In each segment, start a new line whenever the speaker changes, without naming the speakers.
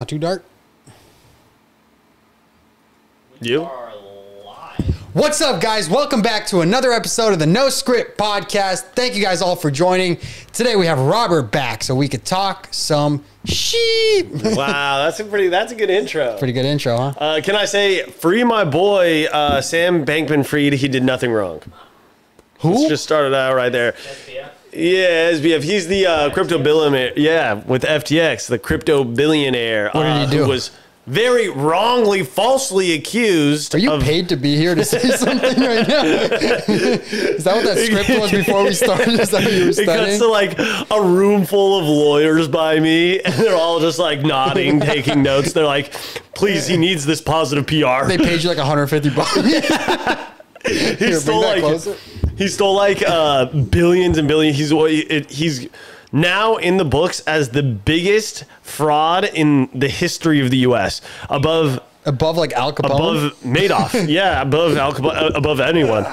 Not too dark.
You?
What's up, guys? Welcome back to another episode of the No Script Podcast. Thank you guys all for joining. Today we have Robert back so we could talk some sheep.
wow, that's a pretty. That's a good intro.
Pretty good intro, huh?
Uh, can I say, free my boy uh, Sam Bankman Fried? He did nothing wrong. Let's
Who?
just started out right there. Yeah, SBF. He's the uh, crypto billionaire. Yeah, with FTX, the crypto billionaire. What
did he
uh,
do?
Who was very wrongly, falsely accused.
Are you
of,
paid to be here to say something right now? Is that what that script was before we started? Is that what you were
It cuts
studying?
to like a room full of lawyers by me, and they're all just like nodding, taking notes. They're like, "Please, he needs this positive PR."
they paid you like 150 bucks.
he
Here,
stole
bring that
like
closer.
he stole like uh, billions and billions. He's what it, he's now in the books as the biggest fraud in the history of the U.S. above
Above like Al Capone?
above Madoff. yeah, above Al Capo- uh, above anyone.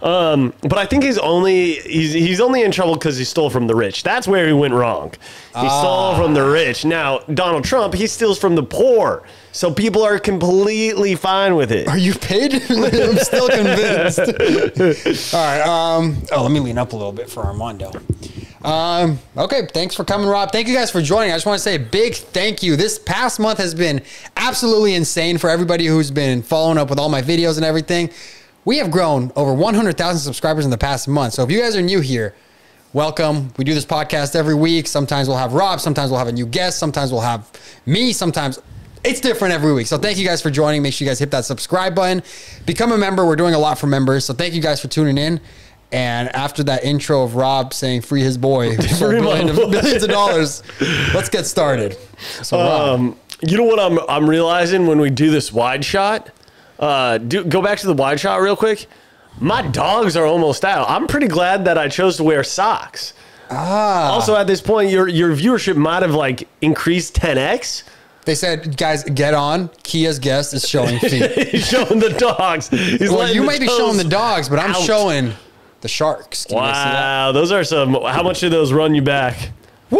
Um, but I think he's only he's he's only in trouble because he stole from the rich. That's where he went wrong. He
Ah.
stole from the rich. Now Donald Trump he steals from the poor. So people are completely fine with it.
Are you paid? I'm still convinced. All right. Um, oh, let me lean up a little bit for Armando. Um, okay. Thanks for coming, Rob. Thank you guys for joining. I just want to say a big thank you. This past month has been absolutely insane for everybody who's been following up with all my videos and everything. We have grown over 100,000 subscribers in the past month. So if you guys are new here, welcome. We do this podcast every week. Sometimes we'll have Rob, sometimes we'll have a new guest, sometimes we'll have me, sometimes it's different every week. So thank you guys for joining. Make sure you guys hit that subscribe button. Become a member. We're doing a lot for members. So thank you guys for tuning in. And after that intro of Rob saying free his boy for
Free my
billions,
boy.
billions of dollars, let's get started. So Rob,
Um, you know what I'm I'm realizing when we do this wide shot. Uh, do go back to the wide shot real quick. My dogs are almost out. I'm pretty glad that I chose to wear socks. Ah. Also, at this point, your your viewership might have like increased 10x.
they said, guys, get on. Kia's guest is showing feet.
He's showing the dogs. He's
well,
letting
you
the
may be
toes
showing the dogs, but I'm
out.
showing the sharks. Can you guys see that?
Wow, those are some. How much do those run you back?
Woo!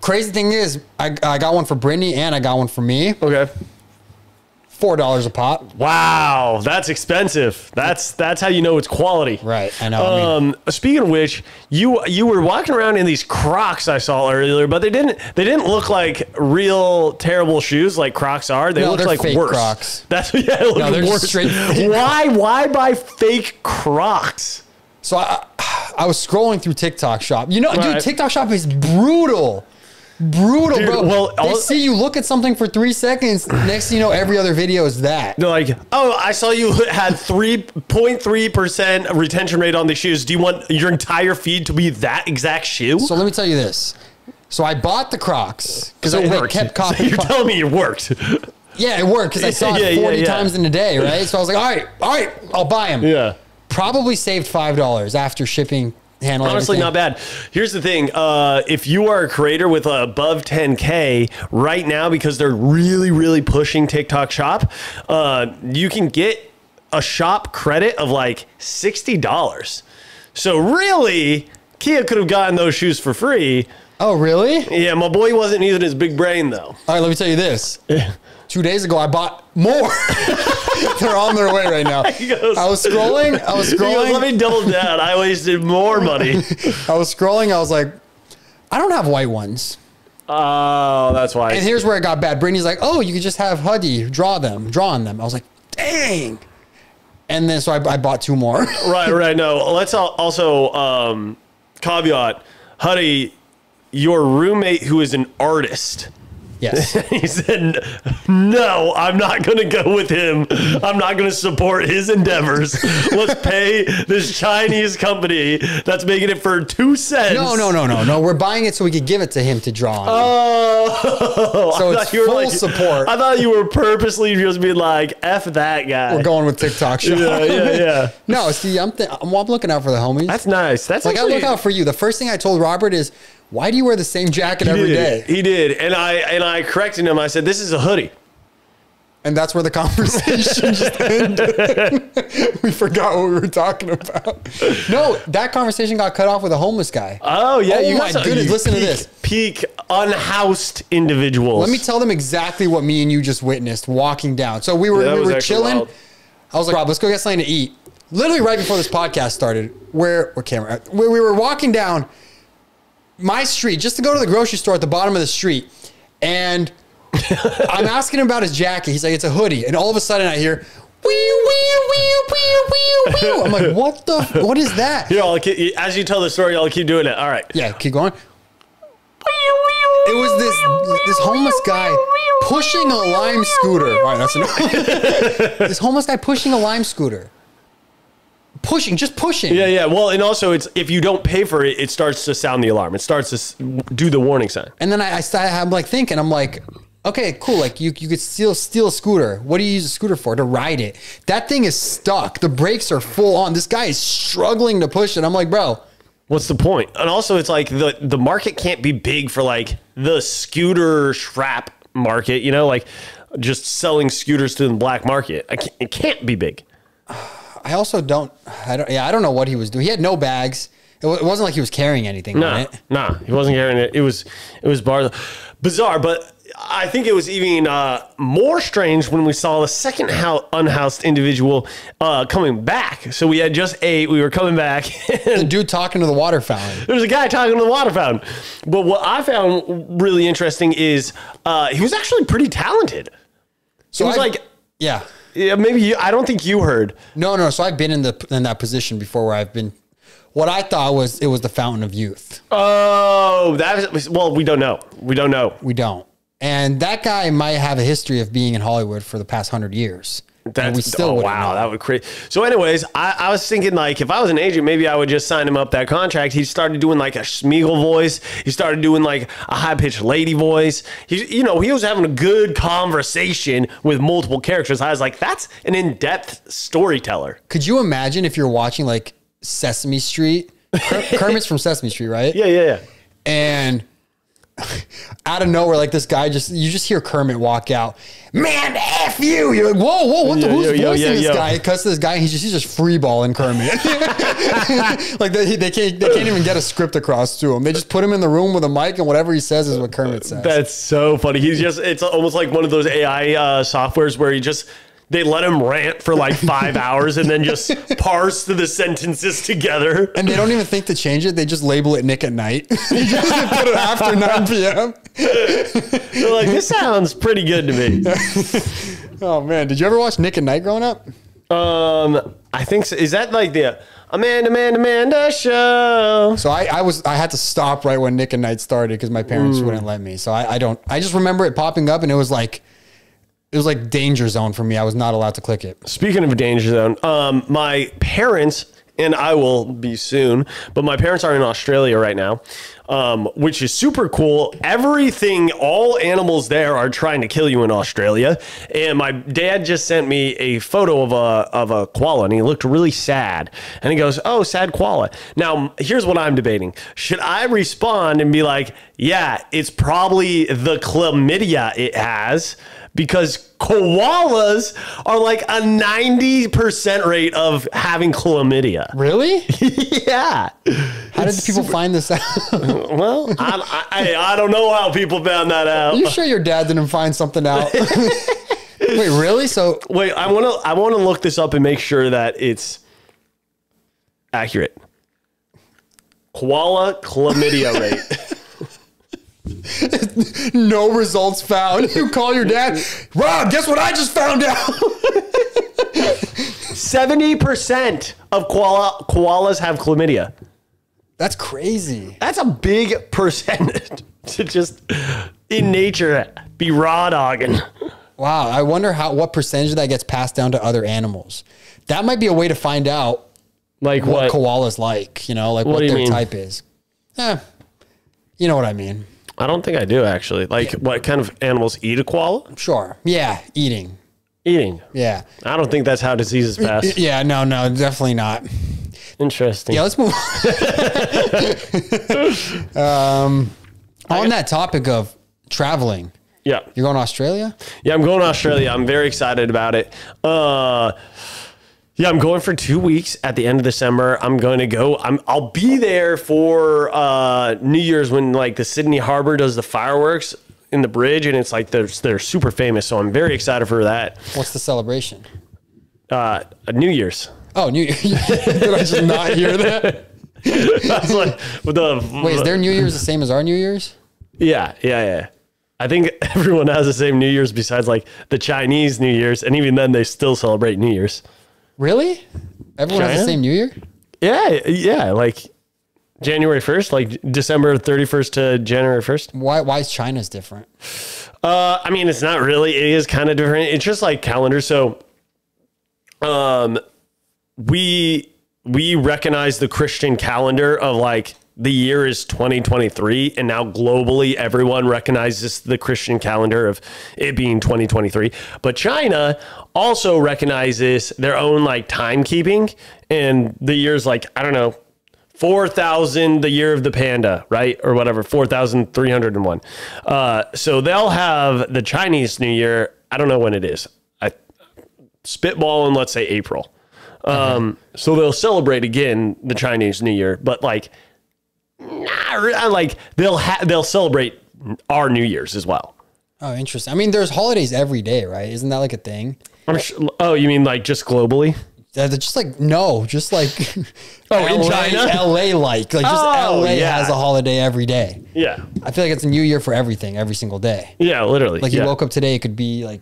Crazy thing is, I, I got one for Brittany and I got one for me.
Okay.
Four dollars a pop.
Wow, that's expensive. That's that's how you know it's quality.
Right, I know. I mean,
Um, speaking of which, you you were walking around in these Crocs I saw earlier, but they didn't they didn't look like real terrible shoes like Crocs are. They
No,
looked
they're
like
fake
worse.
Crocs.
That's yeah, they look
No, they're just
worse.
straight fake
why why buy fake Crocs?
so I, I was scrolling through TikTok Shop. You know, dude,
Right.
TikTok Shop is brutal. Brutal,
Dude,
bro.
well,
they
all-
see you look at something for three seconds. Next thing you know, every other video is that.
They're like, oh, I saw you had three point three percent retention rate on the shoes. Do you want your entire feed to be that exact shoe?
So let me tell you this. So I bought the Crocs because
So
I
it
they
worked.
kept
So
copying.
You're telling me it worked.
yeah, it worked because I saw it
Yeah, yeah,
40
yeah.
times in a day, right? So I was like, all right, all right, I'll buy them.
Yeah.
probably saved five dollars after shipping handling.
Honestly, not bad. Here's the thing: uh, if you are a creator with uh, above 10k right now, because they're really, really pushing TikTok Shop, uh, you can get a shop credit of like sixty dollars. So really, Kia could have gotten those shoes for free.
Oh, really? All
Yeah, my boy wasn't using his big brain though.
right, let me tell you this. Two days ago, I bought more. They're on their way right now.
goes-
I was scrolling. I was
He goes, Let
scrolling.
me double down. I wasted more money.
I was scrolling. I was like, I don't have white ones.
Oh, that's why.
And here's where it got bad. Brittany's like, oh, you could just have Huddy draw them, draw on them. I was like, dang. And then so I, I bought two more.
right, right. No, let's al- also um, caveat, Huddy, your roommate who is an artist.
yes.
He said, "No, I'm not going to go with him. I'm not going to support his endeavors. Let's pay this Chinese company that's making it for two cents."
No, no, no, no, no. We're buying it so we could give it to him to draw on.
Oh,
So
I
it's
thought you were
full
like-
support.
I thought you were purposely just being like, "F that guy."
We're going with TikTok shop.
Yeah, yeah, yeah.
No, see, I'm, th- I'm, I'm looking out for the homies.
That's nice. That's
like
actually,
I look out for you. The first thing I told Robert is, why do you wear the same jacket
He
every
did.
day?
He did, and I and I corrected him. I said, "This is a hoodie."
And that's where the conversation just ended. we forgot what we were talking about. No, that conversation got cut off with a homeless guy.
Oh yeah,
Oh,
you
my
guys are-
goodness,
you
listen to
peak,
this.
Peak unhoused individuals.
Let me tell them exactly what me and you just witnessed walking down. So we were
Yeah, that
we
was
were
actually
chilling.
wild.
I was like, Rob, let's go get something to eat. Literally right before this podcast started, where what camera where we were walking down my street just to go to the grocery store at the bottom of the street, and I'm asking him about his jacket. He's like, it's a hoodie, and all of a sudden I hear. Wee, wee, wee, wee, wee, wee. I'm like, what the? f- What is that?
Here, I'll keep, as you tell the story, I'll keep doing it. All right.
Yeah, keep going. It was this this homeless guy pushing a lime scooter. All right, that's enough. this homeless guy pushing a lime scooter. Pushing, just pushing.
Yeah, yeah. Well, and also, it's if you don't pay for it, it starts to sound the alarm. It starts to s- do the warning sign.
And then I, I started, I'm like thinking, I'm like, okay, cool. Like you, you could steal steal a scooter. What do you use a scooter for? To ride it. That thing is stuck. The brakes are full on. This guy is struggling to push it. I'm like, bro,
What's the point? And also, it's like the the market can't be big for like the scooter strap market. You know, like just selling scooters to the black market. I can't, it can't be big.
I also don't, I don't, yeah, I don't know what he was doing. He had no bags. It, wa- it wasn't like he was carrying anything on
Nah,
it.
nah. He wasn't carrying it. It was it was bar- bizarre, but. I think it was even uh, more strange when we saw the second hou- unhoused individual uh, coming back. So we had just ate, we were coming back,
The dude talking to the water fountain.
There was a guy talking to the water fountain. But what I found really interesting is uh, he was actually pretty talented.
So
It was
I-
like-
yeah.
Yeah, maybe you, I don't think you heard.
No, no. So I've been in the in that position before, where I've been. What I thought was it was the fountain of youth.
Oh, that was well. We don't know. We don't know.
We don't, and that guy might have a history of being in Hollywood for the past hundred years. and
That's
we still
oh,
wouldn't
wow.
know.
That would create. So, anyways, I, I was thinking like if I was an agent, maybe I would just sign him up that contract. He started doing like a Schmiegel voice. He started doing like a high pitched lady voice. He, you know, he was having a good conversation with multiple characters. I was like, that's an in depth storyteller.
Could you imagine if you're watching like Sesame Street? Kerm- Kermit's from Sesame Street, right?
Yeah, yeah, yeah.
and out of nowhere, like this guy just you just hear Kermit walk out, man, f you. You're like, whoa, whoa, what the
Yo,
who's
yo, yo,
voicing
yo,
this
yo.
guy? He cuts this guy, and he's just he's just free balling Kermit. like they, they can't they can't even get a script across to him. They just put him in the room with a mic, and whatever he says is what Kermit says.
That's so funny. He's just, it's almost like one of those AI uh, softwares where he just, they let him rant for like five hours and then just parse the sentences together.
and they don't even think to change it. They just label it Nick at Night. they just put it after 9 p.m.
They're like, this sounds pretty good to me.
Oh, man. Did you ever watch Nick at Night growing up?
Um, I think, so. is that like the Amanda, Amanda, Amanda show?
So I, I was I had to stop right when Nick and Night started because my parents wouldn't let me. So I, I don't I just remember it popping up and it was like it was like danger zone for me. I was not allowed to click it.
Speaking of danger zone, um, my parents and I will be soon, but my parents are in Australia right now, um, which is super cool. Everything, all animals there are trying to kill you in Australia. And my dad just sent me a photo of a of a koala, and he looked really sad. And he goes, "Oh, sad koala." Now, here's what I'm debating: Should I respond and be like, "Yeah, it's probably the chlamydia it has"? because koalas are like a 90% rate of having chlamydia.
Really?
yeah.
How did the people find this out? Are
Well, I, I, I don't know how people found that out.
you sure your dad didn't find something out? Wait, really? So
Wait, I want to I want to look this up and make sure that it's accurate. Koala chlamydia rate.
no results found. You call your dad, Rob. Guess what I just found out?
70% of koala, koalas have chlamydia.
That's crazy.
That's a big percentage to just in nature be raw dogging.
Wow, I wonder how what percentage of that gets passed down to other animals. That might be a way to find out
Like
what,
what?
koalas like, you know, like what,
do you
their
mean?
type is. Eh, you know what I mean.
I don't think I do actually. Like what kind of animals eat a koala?
Sure. Yeah, eating.
Eating.
Yeah.
I don't think that's how diseases pass.
Yeah, no, no, definitely not.
Interesting.
Yeah, let's move on. um, on that topic of traveling,
Yeah.
You're going to Australia?
Yeah, I'm going to Australia. I'm very excited about it. Uh, yeah, I'm going for two weeks at the end of December. I'm going to go. I'm I'll be there for uh, New Year's when like the Sydney Harbor does the fireworks in the bridge, and it's like they're they're super famous. So I'm very excited for that.
What's the celebration?
Uh, New Year's.
Oh, New Year's. Did I just not hear that?
I was like, what the
Wait, is their New Year's the same as our New Year's?
Yeah, yeah, yeah. I think everyone has the same New Year's besides like the Chinese New Year's, and even then they still celebrate New Year's.
Really? Everyone has
China?
the same New Year?
Yeah, yeah, like January first, like December thirty first to January first.
Why, why is China's different?
Uh, I mean, it's not really. It is kind of different. It's just like calendar. So, um, we we recognize the Christian calendar of like the year is 2023 and now globally everyone recognizes the Christian calendar of it being 2023 but China also recognizes their own like timekeeping and the years like I don't know 4,000 the year of the panda, right? Or whatever, 4,301. Uh, so they'll have the Chinese New Year. I don't know when it is. I spitball in, let's say, April. Um, So they'll celebrate again the Chinese New Year, but like, nah, re- I like they'll ha- they'll celebrate our New Year's as well.
Oh, interesting. I mean, there's holidays every day, right? Isn't that like a thing?
I'm sure, oh, you mean like just globally?
Uh, they're just like no, just like oh
in China?
LA like like just
Oh,
LA
yeah.
has a holiday every day.
Yeah,
I feel like it's a new year for everything every single day.
yeah, literally.
Like
yeah.
you woke up today, it could be like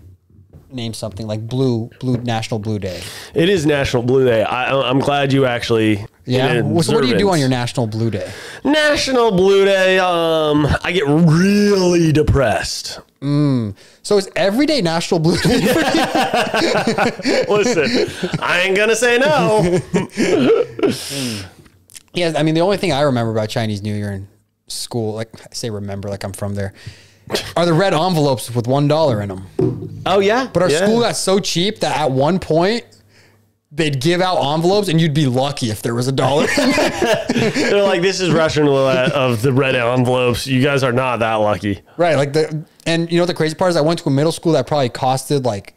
name something like blue blue National Blue Day.
it is National Blue Day. I, I'm glad you actually.
Yeah.
did an
What, so what do you do on
observance.
your National Blue Day?
National Blue Day. Um, I get really depressed.
So it's every day National Blue Day.
Listen, I ain't gonna say no.
yeah. I mean, the only thing I remember about Chinese New Year in school, like I say, remember like I'm from there, are the red envelopes with one dollar in them.
Oh yeah,
But our school got so cheap that at one point they'd give out envelopes and you'd be lucky if there was a dollar.
They're like, this is Russian roulette of the red envelopes. You guys are not that lucky.
right. Like the and you know what the crazy part is I went to a middle school that probably costed like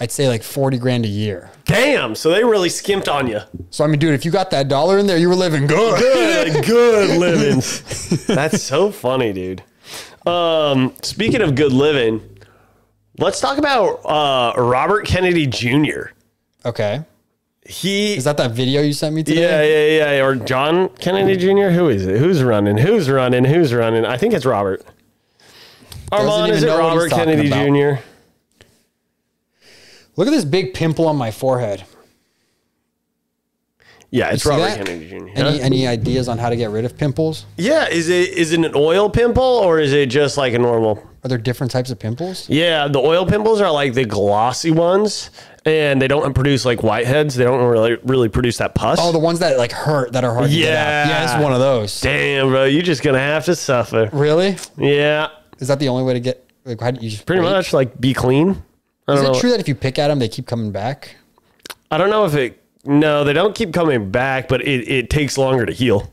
I'd say like forty grand a year.
Damn. So they really skimped on you.
So I mean, dude, if you got that dollar in there, you were living good.
Good, good livings. That's so funny, dude. Um, speaking of good living, let's talk about uh, Robert Kennedy Jr.
Okay.
He
Is that that video you sent me
Yeah,
today?
yeah, yeah. Or John Kennedy Jr. Who is it? Who's running? Who's running? Who's running? I think it's Robert. Armand,
even
is it
know what he's
Robert Kennedy
talking
Jr.?
Look at this big pimple on my forehead.
Yeah, it's
See
Robert
that?
Kennedy Jr.
Any any ideas on how to get rid of pimples?
yeah, is it is it an oil pimple or is it just like a normal?
Are there different types of pimples?
Yeah, the oil pimples are like the glossy ones, and they don't produce like whiteheads. They don't really really produce that pus.
Oh, the ones that like hurt that are hard to get out. Yeah,
Yeah.
it's one of those.
Damn, bro, you're just gonna have to suffer.
Really?
Yeah,
Is that the only way to get? Like, how do you just
pretty
wait?
much like be clean. I
Is it
don't know.
true that if you pick at them, they keep coming back?
I don't know if it. No, they don't keep coming back, but it, it takes longer to heal.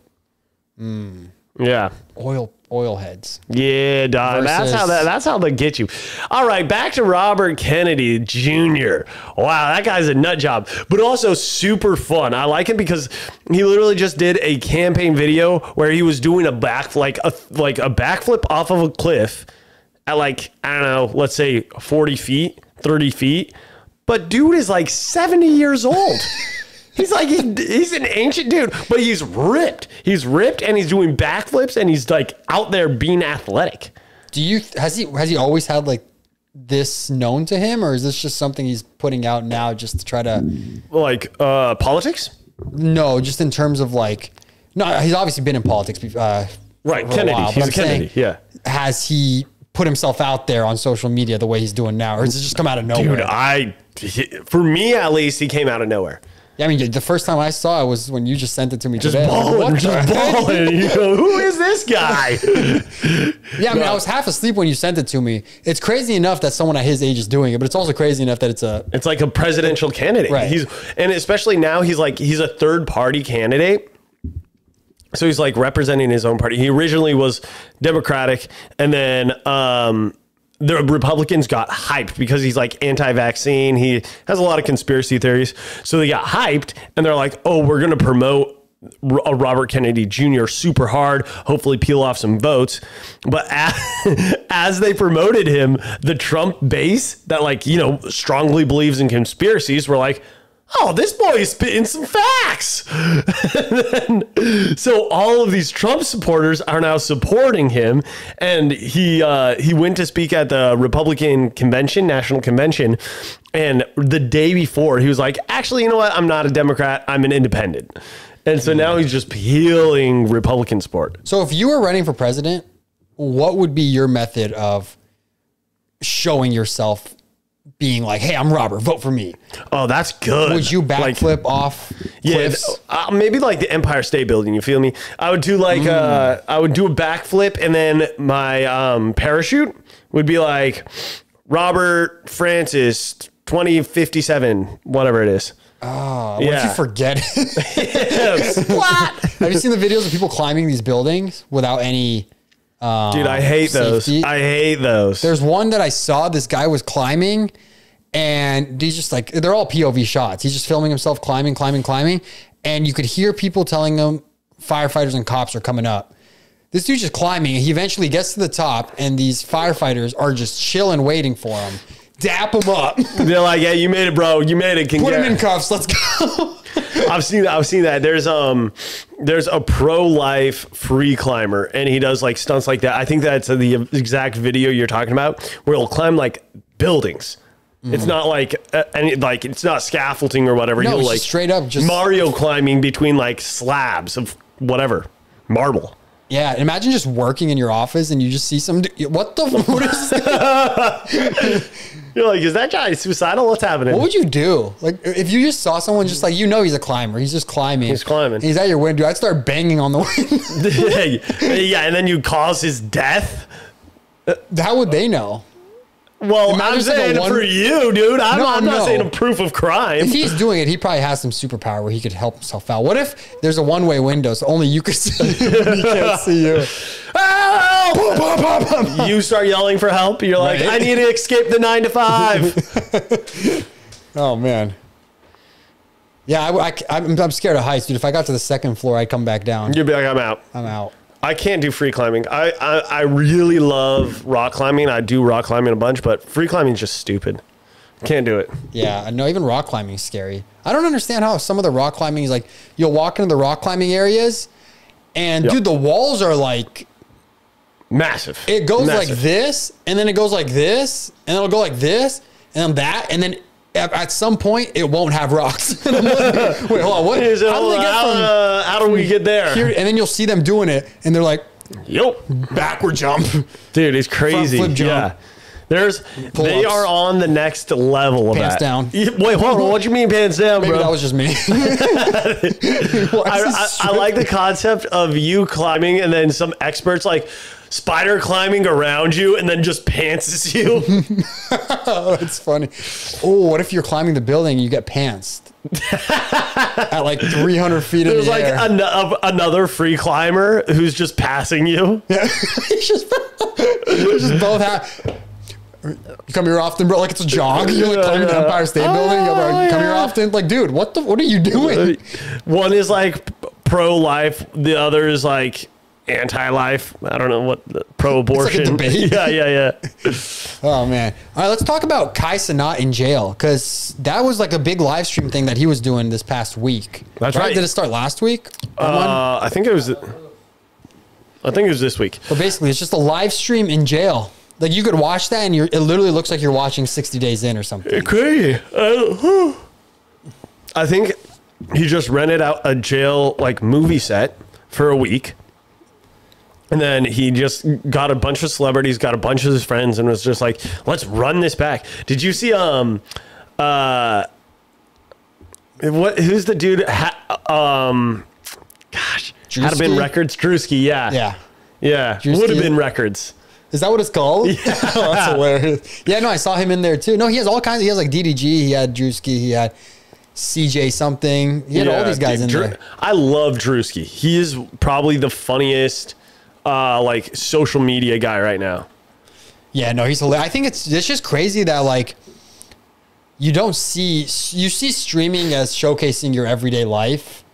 Yeah,
Oil oil heads.
yeah, dog. That's how
Versus-
that. That's how they get you. All right, back to Robert Kennedy Jr. Wow, that guy's a nut job, but also super fun. I like him because he literally just did a campaign video where he was doing a back like a like a backflip off of a cliff at like I don't know, let's say forty feet, thirty feet. But dude is like seventy years old. He's like he, he's an ancient dude, but he's ripped. He's ripped and he's doing backflips and he's like out there being athletic.
Do you has he has he always had like this known to him, or is this just something he's putting out now just to try to?
Like uh politics?
No, just in terms of like, no, he's obviously been in politics. bef- Uh,
Right,
for a
Kennedy.
while, but
he's
I'm
a Kennedy.
saying,
yeah.
Has he put himself out there on social media the way he's doing now, or does it just come out of nowhere?
Dude, I for me at least he came out of nowhere.
Yeah, I mean, the first time I saw it was when you just sent it to me
Just
today. I was like,
balling,
what
just
the heck?
balling. You go, who is this guy?
Yeah, I mean, I was half asleep when you sent it to me. It's crazy enough that someone at his age is doing it, but it's also crazy enough that it's a
It's like a presidential candidate.
Right.
He's and especially now he's like he's a third party candidate. So he's like representing his own party. He originally was Democratic and then um the Republicans got hyped because he's like anti-vaccine. He has a lot of conspiracy theories, so they got hyped and they're like, "Oh, we're going to promote." R- a Robert Kennedy Jr. super hard, hopefully peel off some votes. But as, as they promoted him, the Trump base that, like, you know, strongly believes in conspiracies were like, oh, this boy is spitting some facts. then, so all of these Trump supporters are now supporting him, and he uh, he went to speak at the Republican convention, national convention, and the day before he was like, actually, you know what? I'm not a Democrat. I'm an independent. And so now he's just peeling Republican support.
So if you were running for president, what would be your method of showing yourself being like, "Hey, I'm Robert. Vote for me."
Oh, that's good.
Would you backflip
Like,
off
yeah,
cliffs?
th- uh, maybe like the Empire State Building. You feel me? I would do like
Mm.
uh, I would do a backflip, and then my um, parachute would be like Robert Francis. 2057, whatever it is.
Oh, what if
yeah.
you forget?
what?
Have you seen the videos of people climbing these buildings without any?
Dude, I hate those.
Safety.
I hate those.
There's one that I saw. This guy was climbing, and he's just like they're all POV shots. He's just filming himself climbing, climbing, climbing, and you could hear people telling him firefighters and cops are coming up. This dude's just climbing, and he eventually gets to the top, and these firefighters are just chilling, waiting for him. Dap him up,
They're like, yeah, you made it, bro. You made it. Can
put him in cuffs. Let's go.
I've seen that. I've seen that. There's um, there's a pro-life free climber, and he does like stunts like that. I think that's the exact video you're talking about, where he'll climb like buildings. It's not like uh, any like it's not scaffolding or whatever.
Mm-hmm. No,
he'll
it's
like
just straight up just-
Mario climbing between like slabs of whatever marble.
Yeah, imagine just working in your office and you just see some. dude- What the? What, is, what
You're like, is that guy suicidal? What's happening?
would you do? Like, if you just saw someone, just like you know, he's a climber. He's just climbing.
He's climbing.
He's at your window. I'd start banging on the window.
yeah, and then you cause his death.
How would they know?
Well,
Imagine
I'm
it's like a
saying
one-
for you, dude. I'm,
No,
I'm not
no.
saying a proof of crime.
If he's doing it, he probably has some superpower where he could help himself out. What if there's a one-way window, so only you could see him and he can't see you?
Help! you start yelling for help. You're like,
Right.
I need to escape the nine to five.
Oh man. Yeah, I, am I'm scared of heights, dude. If I got to the second floor, I'd come back down.
You'd be like, I'm out.
I'm out.
I can't do free climbing. I, I, I really love rock climbing. I do rock climbing a bunch, but free climbing is just stupid. Can't do it.
Yeah, I know even rock climbing is scary. I don't understand how some of the rock climbing is like you'll walk into the rock climbing areas and
Yeah.
dude the walls are like
Massive.
it goes like
Massive.
this and then it goes like this and it'll go like this and then that and then at, at some point it won't have rocks. And I'm like, Wait, hold on, what?
Is it
How did they get
how,
from
uh, how do we get there?
here? And then you'll see them doing it and they're like
Yep.
backward jump.
Dude, it's crazy.
flip jump.
Yeah. There's they
ups.
are on the next level of
Pants
that.
down.
Yeah, Wait, hold on. What do you mean pants down,
Maybe
bro?
that was just me. Why
I,
is this
I, I
so-
like the concept of you climbing and then some experts like spider climbing around you and then just pantses you.
Oh, it's funny. Oh, what if you're climbing the building and you get pantsed at like 300 feet in
There's
the
like
air?
an, of another free climber who's just passing you.
It's just, it's just both have. You come here often, bro. Like it's a jog. You're like
Yeah,
climbing the
yeah.
Empire State Building. You're like,
Oh,
come here
yeah.
often. Like, dude, what the? What are you doing?
One is like pro life, the other is like anti life. I don't know what pro abortion.
debate.
yeah, yeah, yeah.
Oh man. All right, let's talk about Kai Sanat in jail because that was like a big live stream thing that he was doing this past week.
That's right.
Did it start last week? Or one?
Uh, I think it was. I think it was this week.
But basically, it's just a live stream in jail. Like you could watch that, and you're, it literally looks like you're watching 60 Days In or something.
Crazy. I, I think he just rented out a jail like movie set for a week. And then he just got a bunch of celebrities, got a bunch of his friends, and was just like, "Let's run this back." Did you see? Um, uh, what? Who's the dude? Ha, um, gosh, had it been
Drewski?
records. Drewski, yeah,
Yeah,
yeah, would have
Drewski.
been records.
is that what it's called? Yeah. that's hilarious. Yeah, no, I saw him in there too. No, he has all kinds. He has like DDG. He had Drewski. He had CJ something. He had all
Yeah,
these guys in
dude, Drew-
there.
I love Drewski. He is probably the funniest, uh, like social media guy right now.
Yeah, no, he's hilarious. I think it's it's just crazy that like you don't see you see streaming as showcasing your everyday life.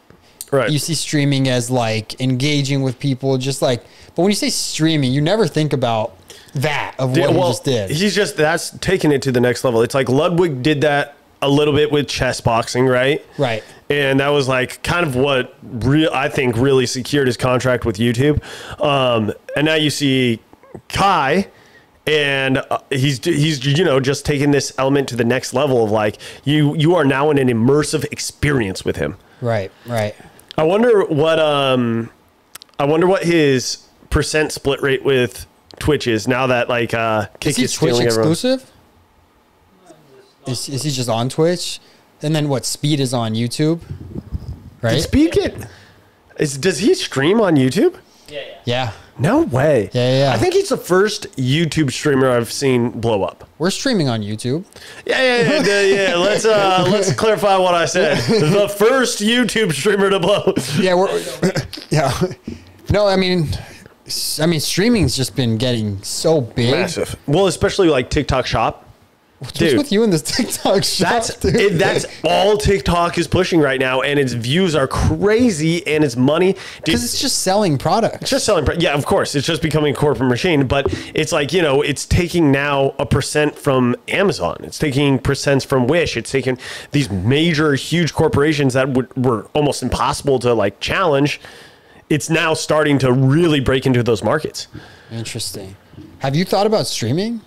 Right.
You see streaming as like engaging with people, just like. But when you say streaming, you never think about that of what
Yeah,
he just did.
He's just that's taking it to the next level. It's like Ludwig did that a little bit with chess boxing, right?
Right.
And that was like kind of what real I think really secured his contract with YouTube. Um, and now you see Kai and uh, he's he's you know just taking this element to the next level of like you you are now in an immersive experience with him.
right. Right.
I wonder what um, I wonder what his percent split rate with Twitch is now that like uh, Kick
Is he
is stealing
Twitch
everyone.
exclusive? Is, is he just on Twitch? And then what? Speed is on YouTube, right?
Did Speed get is does he stream on YouTube?
Yeah, yeah.
yeah.
No way.
Yeah, yeah, yeah.
I think he's the first YouTube streamer I've seen blow up.
We're streaming on YouTube.
Yeah, yeah, yeah. yeah, yeah. Let's uh, let's clarify what I said. The first YouTube streamer to blow.
Yeah, we're yeah. No, I mean, s- I mean, streaming's just been getting so big.
Well, especially like TikTok Shop.
What's
Dude.
with you in this TikTok shop?
That's
dude?
it, that's all TikTok is pushing right now, and its views are crazy, and its money. Dude,
because it's just selling products.
just selling. pri- Yeah, of course, it's just becoming a corporate machine. But it's like you know, it's taking now a percent from Amazon. It's taking percents from Wish. It's taking these major, huge corporations that would, were almost impossible to like challenge. It's now starting to really break into those markets.
Interesting. Have you thought about streaming?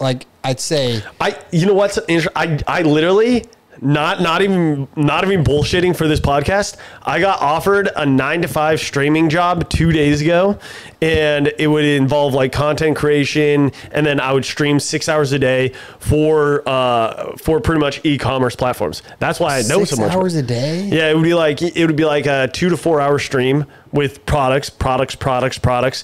Like, I'd say
I, you know what's inter- I, I literally not not even not even bullshitting for this podcast. I got offered a nine to five streaming job two days ago, and it would involve like content creation, and then I would stream six hours a day for uh for pretty much e commerce platforms. That's why I know
six
so much.
hours a day.
Yeah, it would be like it would be like a two to four hour stream with products, products, products, products.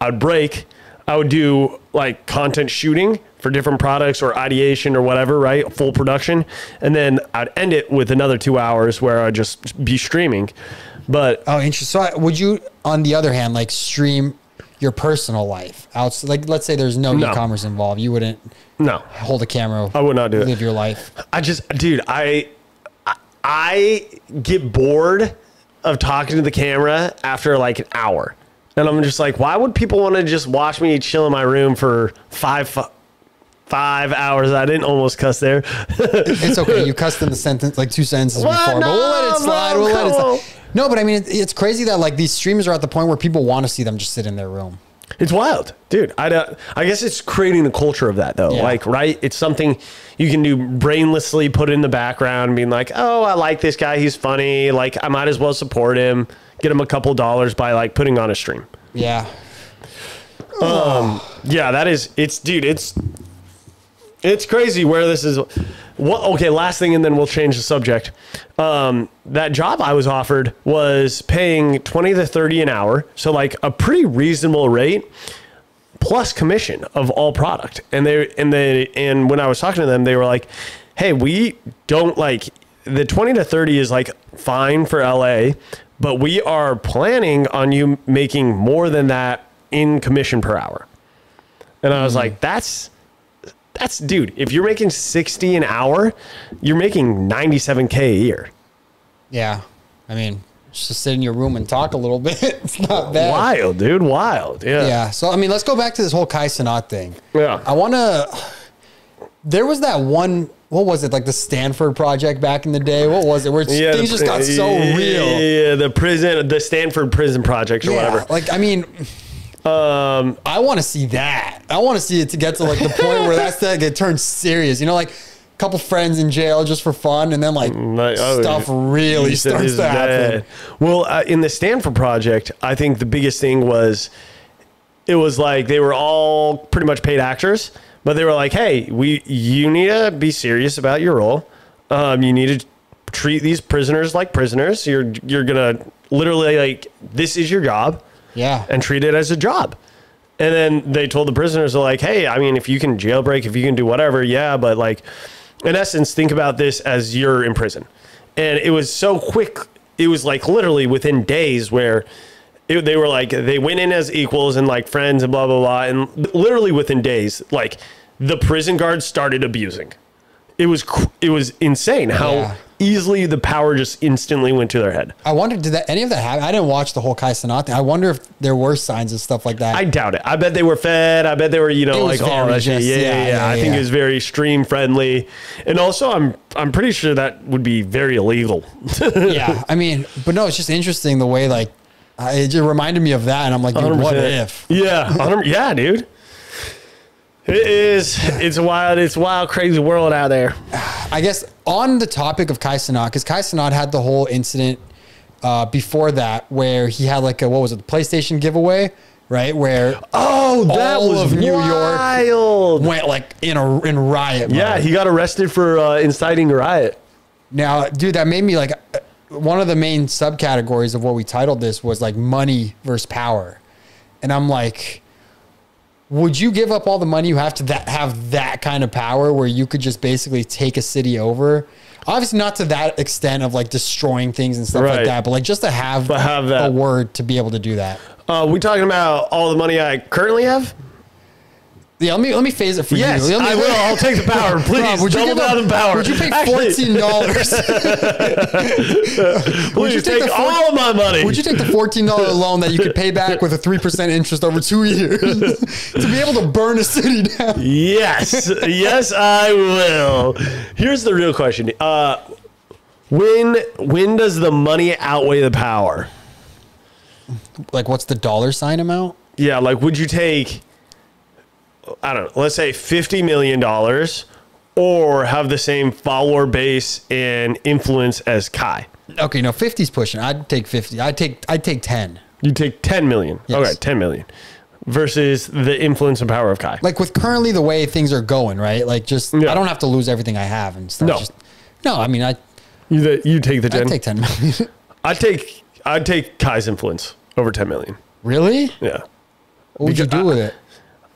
I'd break. I would do like content shooting for different products or ideation or whatever, right? Full production, and then I'd end it with another two hours where I'd just be streaming. But
Oh, interesting. So, I- would you, on the other hand, like stream your personal life out? Like, let's say there's no,
No.
e-commerce involved, you wouldn't
no,
hold a camera.
I would not do it.
live your life.
I just, dude, I, I- I get bored of talking to the camera after like an hour, and I'm just like, why would people want to just watch me chill in my room for five, fu- five hours? I didn't almost cuss there.
It's okay. You cussed in the sentence like two sentences
What?
before, but we'll let it
No,
slide.
no,
we'll let it
come on.
slide. No, but I mean, it, it's crazy that like these streamers are at the point where people want to see them just sit in their room.
it's wild, dude. I don't. I guess it's creating a culture of that though.
Yeah.
Like, right? It's something you can do brainlessly, put in the background, being like, oh, I like this guy. He's funny. Like, I might as well support him. Get him a couple dollars by like putting on a stream.
Yeah.
Yeah, that is it's dude, it's it's crazy where this is what okay, last thing and then we'll change the subject. Um that job I was offered was paying 20 to 30 an hour, so like a pretty reasonable rate plus commission of all product. And they and they and when I was talking to them, they were like, "Hey, we don't like the 20 to 30 is like fine for LA, but we are planning on you making more than that in commission per hour." And
Mm.
I was like, "That's that's dude, if you're making 60 an hour, you're making 97k a year."
Yeah. I mean, just sit in your room and talk a little bit. It's not bad.
Wild, dude, wild. Yeah.
Yeah. So I mean, let's go back to this whole Kai Sanat thing.
Yeah.
I want to. There was that one. What was it like the Stanford project back in the day? What was it? Where
Yeah,
things
the-
just got so
yeah,
real.
Yeah, yeah, the prison, the Stanford prison project or
Yeah,
whatever.
Like I mean,
Um,
I want to see that. I want to see it to get to like the point where that's that get turned serious. You know, like a couple friends in jail just for fun, and then like
Like, oh,
stuff really
he's-
starts
he's
to happen.
dead. Well, uh, in the Stanford project, I think the biggest thing was it was like they were all pretty much paid actors, but they were like, "Hey, we you need to be serious about your role. Um, you need to treat these prisoners like prisoners. You're you're gonna literally like this is your job."
Yeah.
and treat it as a job. And then they told the prisoners, they're like, hey, I mean, if you can jailbreak, if you can do whatever, yeah, but like, in essence, think about this as you're in prison. And it was so quick. It was like literally within days where it, they were like they went in as equals and like friends and blah blah blah and literally within days like the prison guards started abusing it was cr- it was insane how
Yeah.
easily the power just instantly went to their head
I wonder did that any of that happen? I didn't watch the whole Kai Cenat thing. I wonder if there were signs of stuff like that.
I doubt it. I bet they were fed. I bet they were, you know,
It
like
was
all
very
that shit.
just-
Yeah, yeah, yeah.
yeah, yeah,
I think
yeah.
it was very stream friendly, and also I'm I'm pretty sure that would be very illegal.
yeah, I mean, but no, it's just interesting the way like I, it just reminded me of that, and I'm like, dude, what
100%.
if?
Yeah, 100 yeah, dude. It is. It's a wild. It's a wild, crazy world out there.
I guess on the topic of Kai Cenat, because Kai Cenat had the whole incident uh, before that where he had like a what was it, the PlayStation giveaway, right? Where
Oh,
that was
wild.
went like in a in riot. mode.
Yeah, he got arrested for uh, inciting a riot.
Now, dude, that made me like uh, one of the main subcategories of what we titled this was like money versus power. And I'm like, would you give up all the money you have to that have that kind of power where you could just basically take a city over? Obviously, not to that extent of like destroying things and stuff
Right.
like that, but like just to have,
But have that.
a word to be able to do that.
Uh, we talking about all the money I currently have?
Yeah, let me let me phase it for
Yes,
you. Let me-
I will. I'll take the power. Please,
Rob,
would
would you
double
give up-
down the power.
Would you pay
Actually,
fourteen dollars?
Please
you
take,
take the four-
all of my money.
Would you take the fourteen dollar loan that you could pay back with a three percent interest over two years to be able to burn a city down?
Yes, yes, I will. Here's the real question: uh, When when does the money outweigh the power?
Like, what's the dollar sign amount?
Yeah, like would you take? I don't know. Let's say fifty million dollars, or have the same follower base and influence as Kai.
Okay, no, 50's pushing. I'd take fifty. I'd take I'd take ten.
You take ten million.
Yes.
Okay, ten million versus the influence and power of Kai.
Like with currently the way things are going, right? Like, just
Yeah.
I don't have to lose everything I have and stuff.
No.
Just- no, I mean I
you, th- you take the
I
ten.
would take ten.
I take. I'd take Kai's influence over ten million.
really?
Yeah.
What would you
Because
do with it?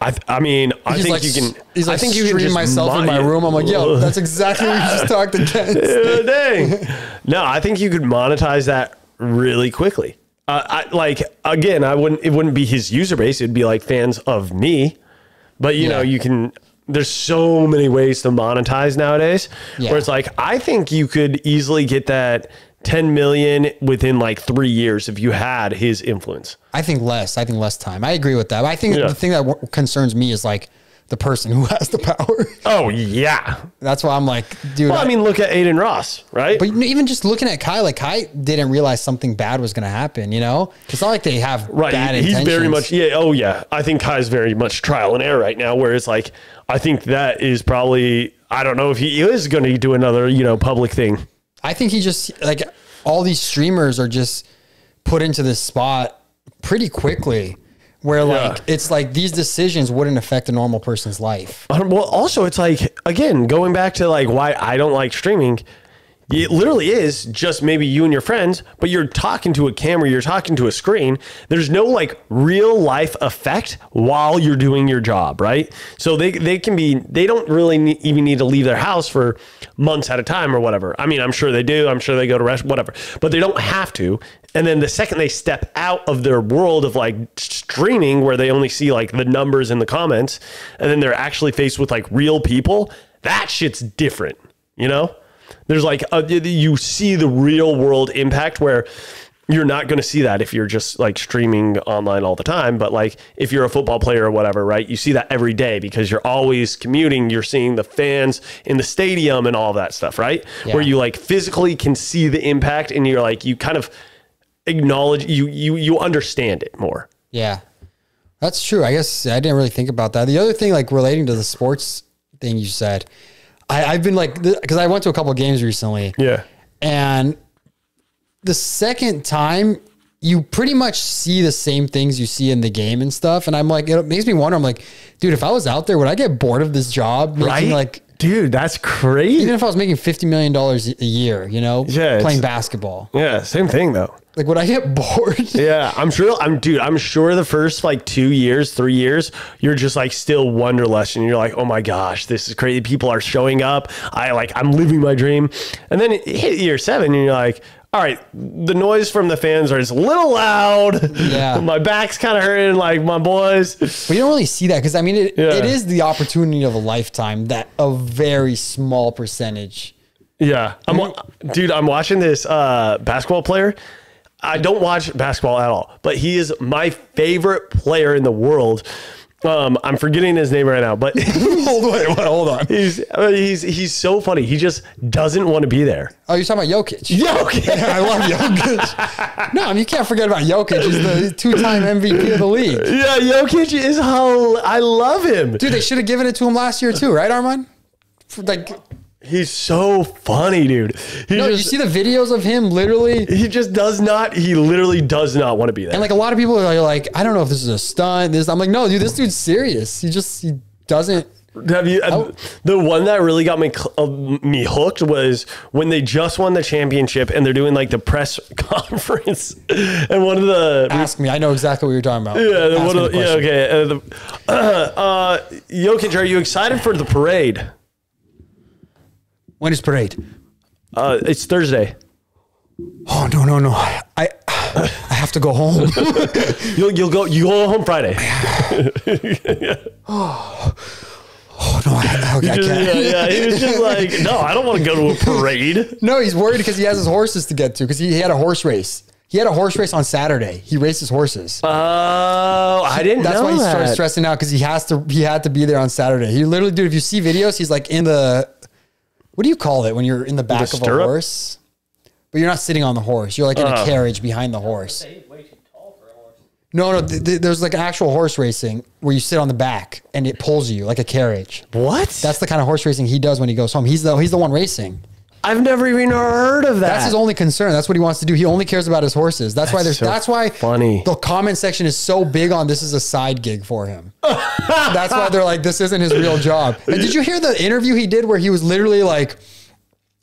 I, th- I mean, I
He's
think
like,
you can.
s- He's like
I think
streaming
just
myself in my
mon-
room. I'm like, yo, that's exactly what you just talked against.
Uh, dang. No, I think you could monetize that really quickly. Uh, I like again, I wouldn't. It wouldn't be his user base. It'd be like fans of me. But you know,
Yeah.
you can. There's so many ways to monetize nowadays.
Yeah.
Where it's like, I think you could easily get that 10 million within like three years if you had his influence.
I think less. I think less time. I agree with that. But I think
Yeah.
the thing that w- concerns me is like the person who has the power.
Oh yeah.
That's why I'm like, dude.
Well, I mean, look at Aiden Ross, right?
but even just looking at Kai, like Kai didn't realize something bad was going to happen. You know, it's not like they have
Right.
Bad
he's very
intentions.
much, yeah. Oh, yeah. I think Kai's very much trial and error right now, where it's like, I think that is probably, I don't know if he is going to do another, you know, public thing.
I think he just like all these streamers are just put into this spot pretty quickly, where like it's like these decisions wouldn't affect a normal person's life.
Um, Well, also, it's like, again, going back to like why I don't like streaming, it literally is just maybe you and your friends, but you're talking to a camera, you're talking to a screen. There's no like real life effect while you're doing your job, right? So they, they can be, they don't really ne- even need to leave their house for months at a time or whatever. I mean, I'm sure they do. I'm sure they go to rest, whatever, but they don't have to. And then the second they step out of their world of like streaming where they only see like the numbers in the comments and then they're actually faced with like real people, that shit's different, you know? There's like a, you see the real world impact where you're not going to see that if you're just like streaming online all the time. But like if you're a football player or whatever, right? You see that every day because you're always commuting. You're seeing the fans in the stadium and all that stuff, right? Where
Yeah.
you like physically can see the impact and you're like you kind of acknowledge you you you understand it more.
Yeah, that's true. I guess I didn't really think about that. The other thing, like relating to the sports thing you said, I, I've been like, because I went to a couple games recently,
Yeah.
and the second time, you pretty much see the same things you see in the game and stuff. And I'm like, it makes me wonder. I'm like, dude, if I was out there, would I get bored of this job? Making,
Right?
Like,
dude, that's crazy.
even if I was making fifty million dollars a year, you know,
Yeah, it's-
playing basketball,
Yeah, same thing though.
like, would I get bored?
Yeah, I'm sure. I'm dude. I'm sure the first like two years, three years, you're just like still wonderlust, and you're like, oh my gosh, this is crazy. People are showing up. I like, I'm living my dream. And then it hit year seven, and you're like, all right, the noise from the fans are just a little loud.
Yeah.
my back's kind of hurting. Like my boys.
But you don't really see that because I mean, it,
Yeah.
it is the opportunity of a lifetime that a very small percentage.
Yeah, I'm. wa- Dude, I'm watching this uh, basketball player. I don't watch basketball at all, but he is my favorite player in the world. Um, I'm forgetting his name right now, but
hold on, hold on.
he's uh, he's he's so funny. He just doesn't want to be there.
Oh, you're talking about Jokic.
Yeah, okay.
I love Jokic. no, I mean, you can't forget about Jokic. He's the two-time MVP of the league.
Yeah, Jokic is how I love him.
Dude, they should have given it to him last year too, right, Armand? For, Like,
He's so funny, dude. He
no, you
just
see the videos of him literally,
he just does not. He literally does not want to be there.
and like a lot of people are like, I don't know if this is a stunt. This, I'm like, no, dude, this dude's serious. He just he doesn't.
Have you? uh,
Oh.
the one that really got me cl- uh, me hooked was when they just won the championship and they're doing like the press conference, and one of the
Ask me. I know exactly what you're talking about.
Yeah, the
Ah, Ask
one
me
of
the
the- yeah,
question.
okay. Uh, the, uh, uh, Jokic, are you excited for the parade?
When is parade?
Uh, it's Thursday.
Oh no no no! I I have to go home.
You'll, you'll go you go home Friday.
Oh no! I, okay, I
Yeah,
can't.
yeah. He was just like, no, I don't want to go to a parade.
No, he's worried because he has his horses to get to because he, he had a horse race. He had a horse race on Saturday. He raced his horses.
Oh, I didn't
That's
know
why he started
that.
stressing out because he has to. He had to be there on Saturday. He literally, dude. If you see videos, he's like in the. What do you call it when you're in the back of a
stirrup? Uh-huh.
horse? But you're not sitting on the horse. You're like in a carriage behind the horse.
He's way too tall for a horse.
No, no. Th- th- there's like actual horse racing where you sit on the back and it pulls you like a carriage.
What?
That's the kind of horse racing he does when he goes home. He's the he's the one racing.
I've never even heard of that.
That's his only concern. That's what he wants to do. He only cares about his horses. That's, why
Ah.
there's
That's so
that's why
funny.
the comment section is so big on this is a side gig for him. that's why they're like, this isn't his real job. And did you hear the interview he did where he was literally like,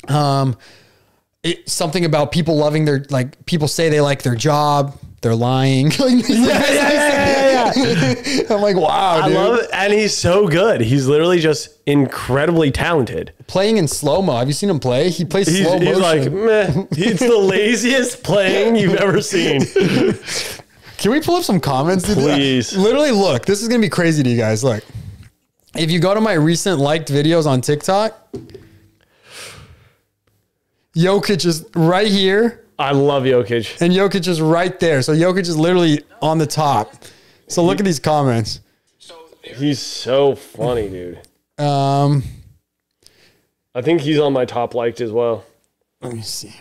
um, it, something about people loving their like people say they like their job. They're lying.
yeah,
I'm like, wow,
I
dude.
love it. And he's so good. He's literally just incredibly talented.
Playing in slow mo. Have you seen him play? He plays
He's,
slow
he's
motion.
like, meh. It's the laziest playing you've ever seen.
Can we pull up some comments? dude?
Please.
Literally, look. This is gonna be crazy to you guys. Look, if you go to my recent liked videos on TikTok, Jokic is right here
I love Jokic.
and Jokic is right there. So Jokic is literally on the top. So look at these comments.
He's so funny, dude.
Um,
I think he's on my top liked as well.
let me see.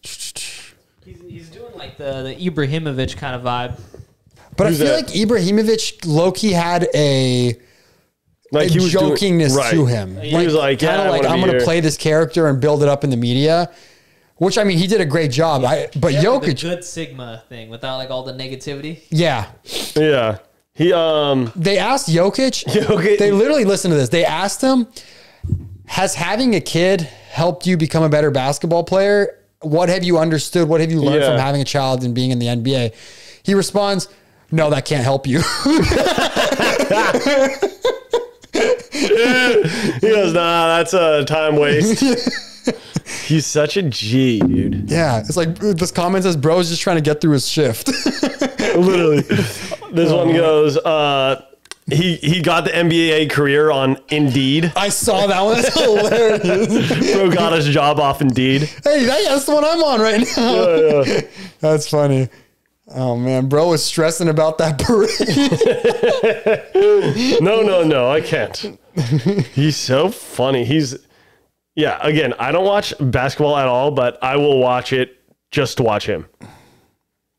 He's, he's doing like the, the Ibrahimovic kind of vibe.
But
Who's
I feel
that?
like Ibrahimovic Loki had a
Like
a
he was doing-
jokingness
right.
to him.
He was like,
kinda
yeah, I
like
wanna
I'm
be
gonna
here."
play this character and build it up in the media. Which I mean, he did a great job. I, but
Definitely
Jokic,
the good Sigma thing without like all the negativity.
yeah,
Yeah. He um
they asked Jokic.
Jokic-
They literally listened to this. They asked him, "Has having a kid helped you become a better basketball player? What have you understood? What have you learned
Yeah.
from having a child and being in the NBA?" He responds, "No, that can't help you."
he goes, nah, that's a time waste. he's such a G, dude.
yeah, it's like this comment says, "Bro's just trying to get through his shift."
Literally. This one goes, uh he, he got the NBA career on Indeed.
I saw that one. That's hilarious.
Bro got his job off Indeed.
Hey, that, that's the one I'm on right now.
Yeah, yeah.
That's funny. Oh man, bro was stressing about that parade.
No, no, no, I can't. He's so funny. He's yeah, again, I don't watch basketball at all, but I will watch it just to watch him.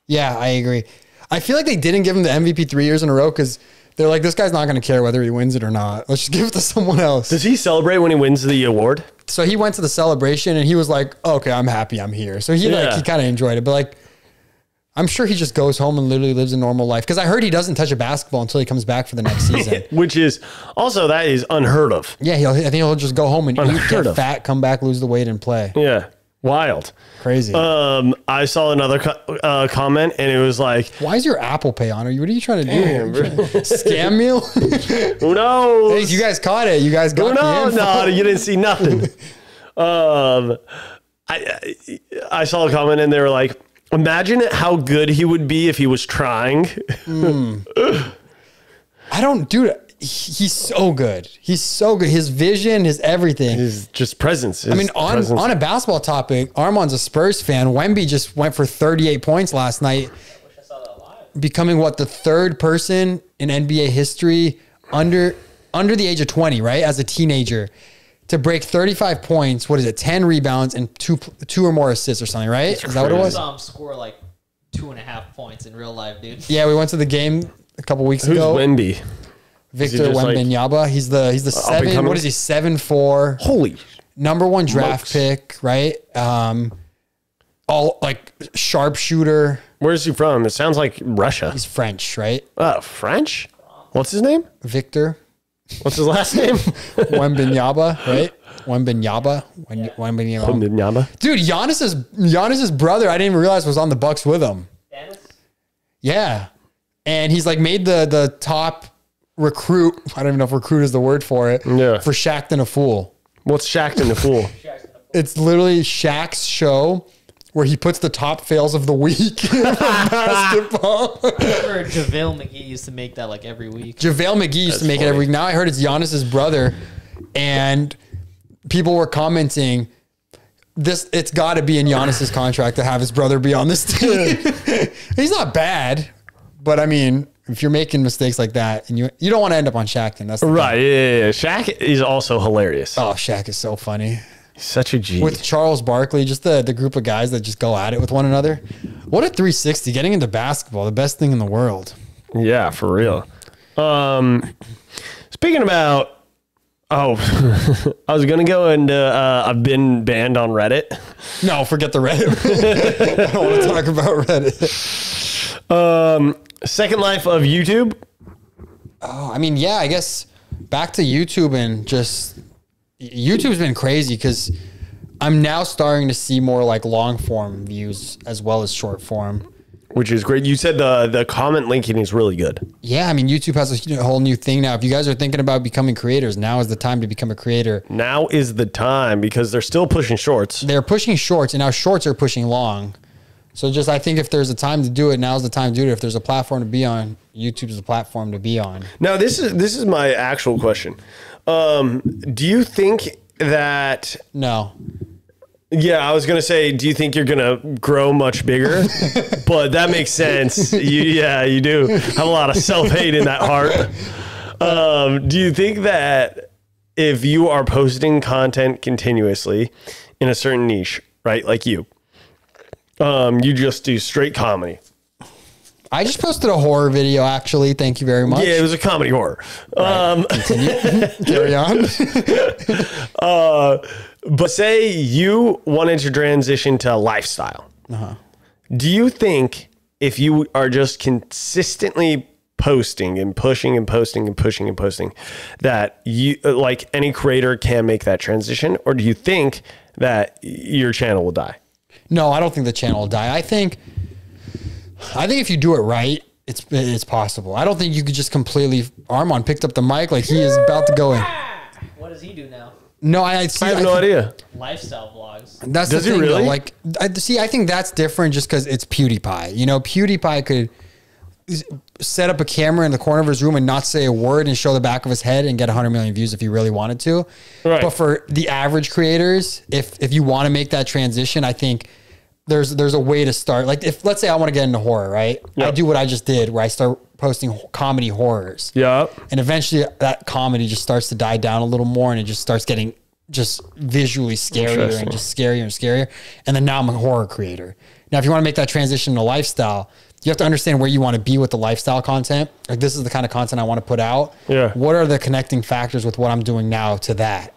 yeah, I agree. I feel like they didn't give him the MVP three years in a row because they're like, this guy's not going to care whether he wins it or not. Let's just give it to someone else.
Does he celebrate when he wins the award?
so he went to the celebration and he was like, oh, okay, I'm happy I'm here. So he like
Yeah.
he kind of enjoyed it, but like. I'm sure he just goes home and literally lives a normal life because I heard he doesn't touch a basketball until he comes back for the next season.
Which is also that is unheard of.
yeah, he'll, I think he'll just go home and eat,
Unheard
get
of.
fat, come back, lose the weight, and play.
Yeah. Wild.
Crazy.
Um, I saw another co- uh, comment and it was like,
Why is your Apple Pay on? Are you? What are you trying to do? here? Scam meal?
"Who knows?
you guys caught it. You guys got
Who
the
knows?
info.
No, you didn't see nothing." um, I I I saw a comment and they were like, imagine how good he would be if he was trying.
I don't do that. He- He's so good. He's so good. His vision, his everything.
His just presence.
I mean, on on a basketball topic, Armand's a Spurs fan. Wemby just went for 38 points last night, becoming what the third person in NBA history under under the age of 20, right, as a teenager, to break 35 points. What is it? 10 rebounds and two two or more assists or something, right? Is that what it
I
was?
saw him score like two and a half points in real life, dude.
Yeah, we went to the game a couple weeks
who's
ago.
Wemby?
Victor
just like-
Wembanyama. he's the he's the
and
seven.
coming?
What is he? Seven four.
Holy
number one draft
Smokes.
pick, right? Um, all like sharpshooter.
Where's he from? It sounds like Russia.
He's French, right?
Uh, French? What's his name?
Victor
What's his last name?
Wembenyaba, right? Wembenyaba, Wen- Wembenyama.
Nyama.
Dude, Giannis's Giannis's brother, I didn't even realize was on the Bucks with him. Yeah, and he's like made the the top recruit. I don't even know if recruit is the word for it.
Yeah.
For Shaq than a fool.
What's Shaqton the Fool?
It's literally Shaq's show where he puts the top fails of the week from basketball.
Remember JaVale McGee used to make that like every week.
JaVale McGee used to make it every
funny.
week. Now I heard it's Giannis's brother, and people were commenting, "This it's got to be in Giannis's contract to have his brother be on this team. He's not bad, but I mean, if you're making mistakes like that, and you you don't want to end up on Shaqton, that's the thing.
Right, yeah, yeah, yeah. Shaq is also hilarious.
Oh, Shaq is so funny
Such a G.
with Charles Barkley. Just the the group of guys that just go at it with one another. What a 360! Getting into basketball, the best thing in the world.
Yeah, for real. Um, speaking about, oh, I was gonna go and uh, I've been banned on Reddit.
No, forget the Reddit. I don't want to talk about Reddit.
Um, Second Life of YouTube.
I mean, yeah, I guess back to YouTube and just YouTube's been crazy because I'm now starting to see more like long form views as well as short form.
Which is great. You said the the comment linking is really good.
Yeah, I mean, YouTube has a whole new thing now. If you guys are thinking about becoming creators, now is the time to become a creator.
Now is the time because they're still pushing shorts.
They're pushing shorts, and now shorts are pushing long. So just I think if there's a time to do it, now's the time to do it. If there's a platform to be on, YouTube's the platform to be on.
Now this is this is my actual question. Um, do you think that
No,
Yeah, I was gonna say, do you think you're gonna grow much bigger? but that makes sense. You, yeah, you do have a lot of self hate in that heart. Um, do you think that if you are posting content continuously in a certain niche, right, like you, um, you just do straight comedy?
I just posted a horror video actually. Thank you very much.
Yeah, it was a comedy horror. Um,
Carry on.
Uh, but say you wanted to transition to lifestyle. Do you think if you are just consistently posting and pushing and posting and pushing and posting that you like any creator can make that transition or do you think that your channel will die?
No, I don't think the channel will die. I think, I think if you do it right, it's it's possible. I don't think you could just completely. Armand picked up the mic like he is about to go in.
Ah! What does he do now?
No, I, I see.
I have
I
no
think-
idea.
Lifestyle vlogs.
That's
Does
the
he
thing, though.
really?
Like, I, see, I think that's different just because it's PewDiePie. You know, PewDiePie could s- set up a camera in the corner of his room and not say a word and show the back of his head and get 100 million views if he really wanted to.
Right.
But for the average creators, if if you want to make that transition, I think there's there's a way to start. Like, if let's say I want to get into horror, right? I
Yeah.
do what I just did, where I start posting ho- comedy horrors
Yeah.
and eventually that comedy just starts to die down a little more and it just starts getting just visually scarier and
Interesting.
just scarier and scarier and then now i'm a horror creator now if you want to make that transition to lifestyle you have to understand where you want to be with the lifestyle content like this is the kind of content i want to put out
Yeah.
what are the connecting factors with what i'm doing now to that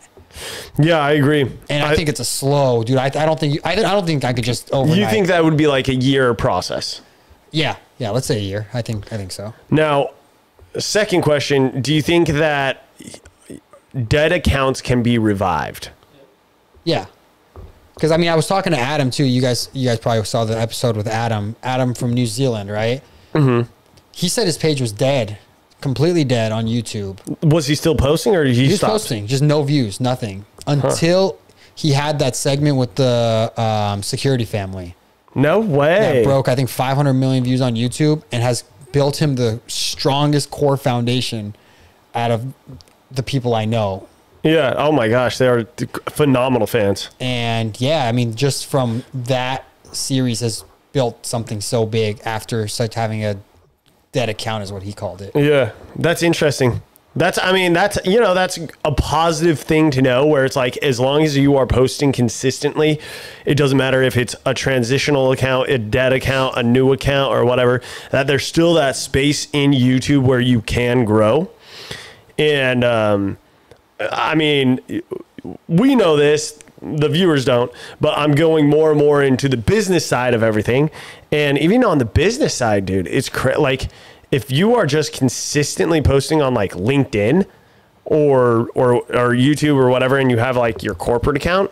Yeah, I agree.
and i, think it's a slow dude i, I don't think I, I don't think i could just overnight.
you think that would be like a year process.
yeah yeah let's say a year i think i think so
Now, second question: Do you think that dead accounts can be revived?
Yeah. Because I mean, I was talking to Adam too. You guys, you guys probably saw the episode with Adam. Adam from New Zealand, right? Mm-hmm. He said his page was dead, completely dead on YouTube.
Was he still posting, or did he
He was
stop?
posting, just no views, nothing until he had that segment with the um, security family
No way.
that broke I think 500 million views on YouTube and has built him the strongest core foundation out of the people I know.
Yeah. Oh my gosh, they are th- phenomenal fans.
And yeah, I mean, just from that series has built something so big after such having a dead account is what he called it.
Yeah, that's interesting. That's I mean that's you know that's a positive thing to know where it's like as long as you are posting consistently, it doesn't matter if it's a transitional account, a dead account, a new account or whatever, that there's still that space in YouTube where you can grow. And um I mean we know this, the viewers don't, but I'm going more and more into the business side of everything. And even on the business side, dude, it's cra- like if you are just consistently posting on like LinkedIn or or or YouTube or whatever and you have like your corporate account,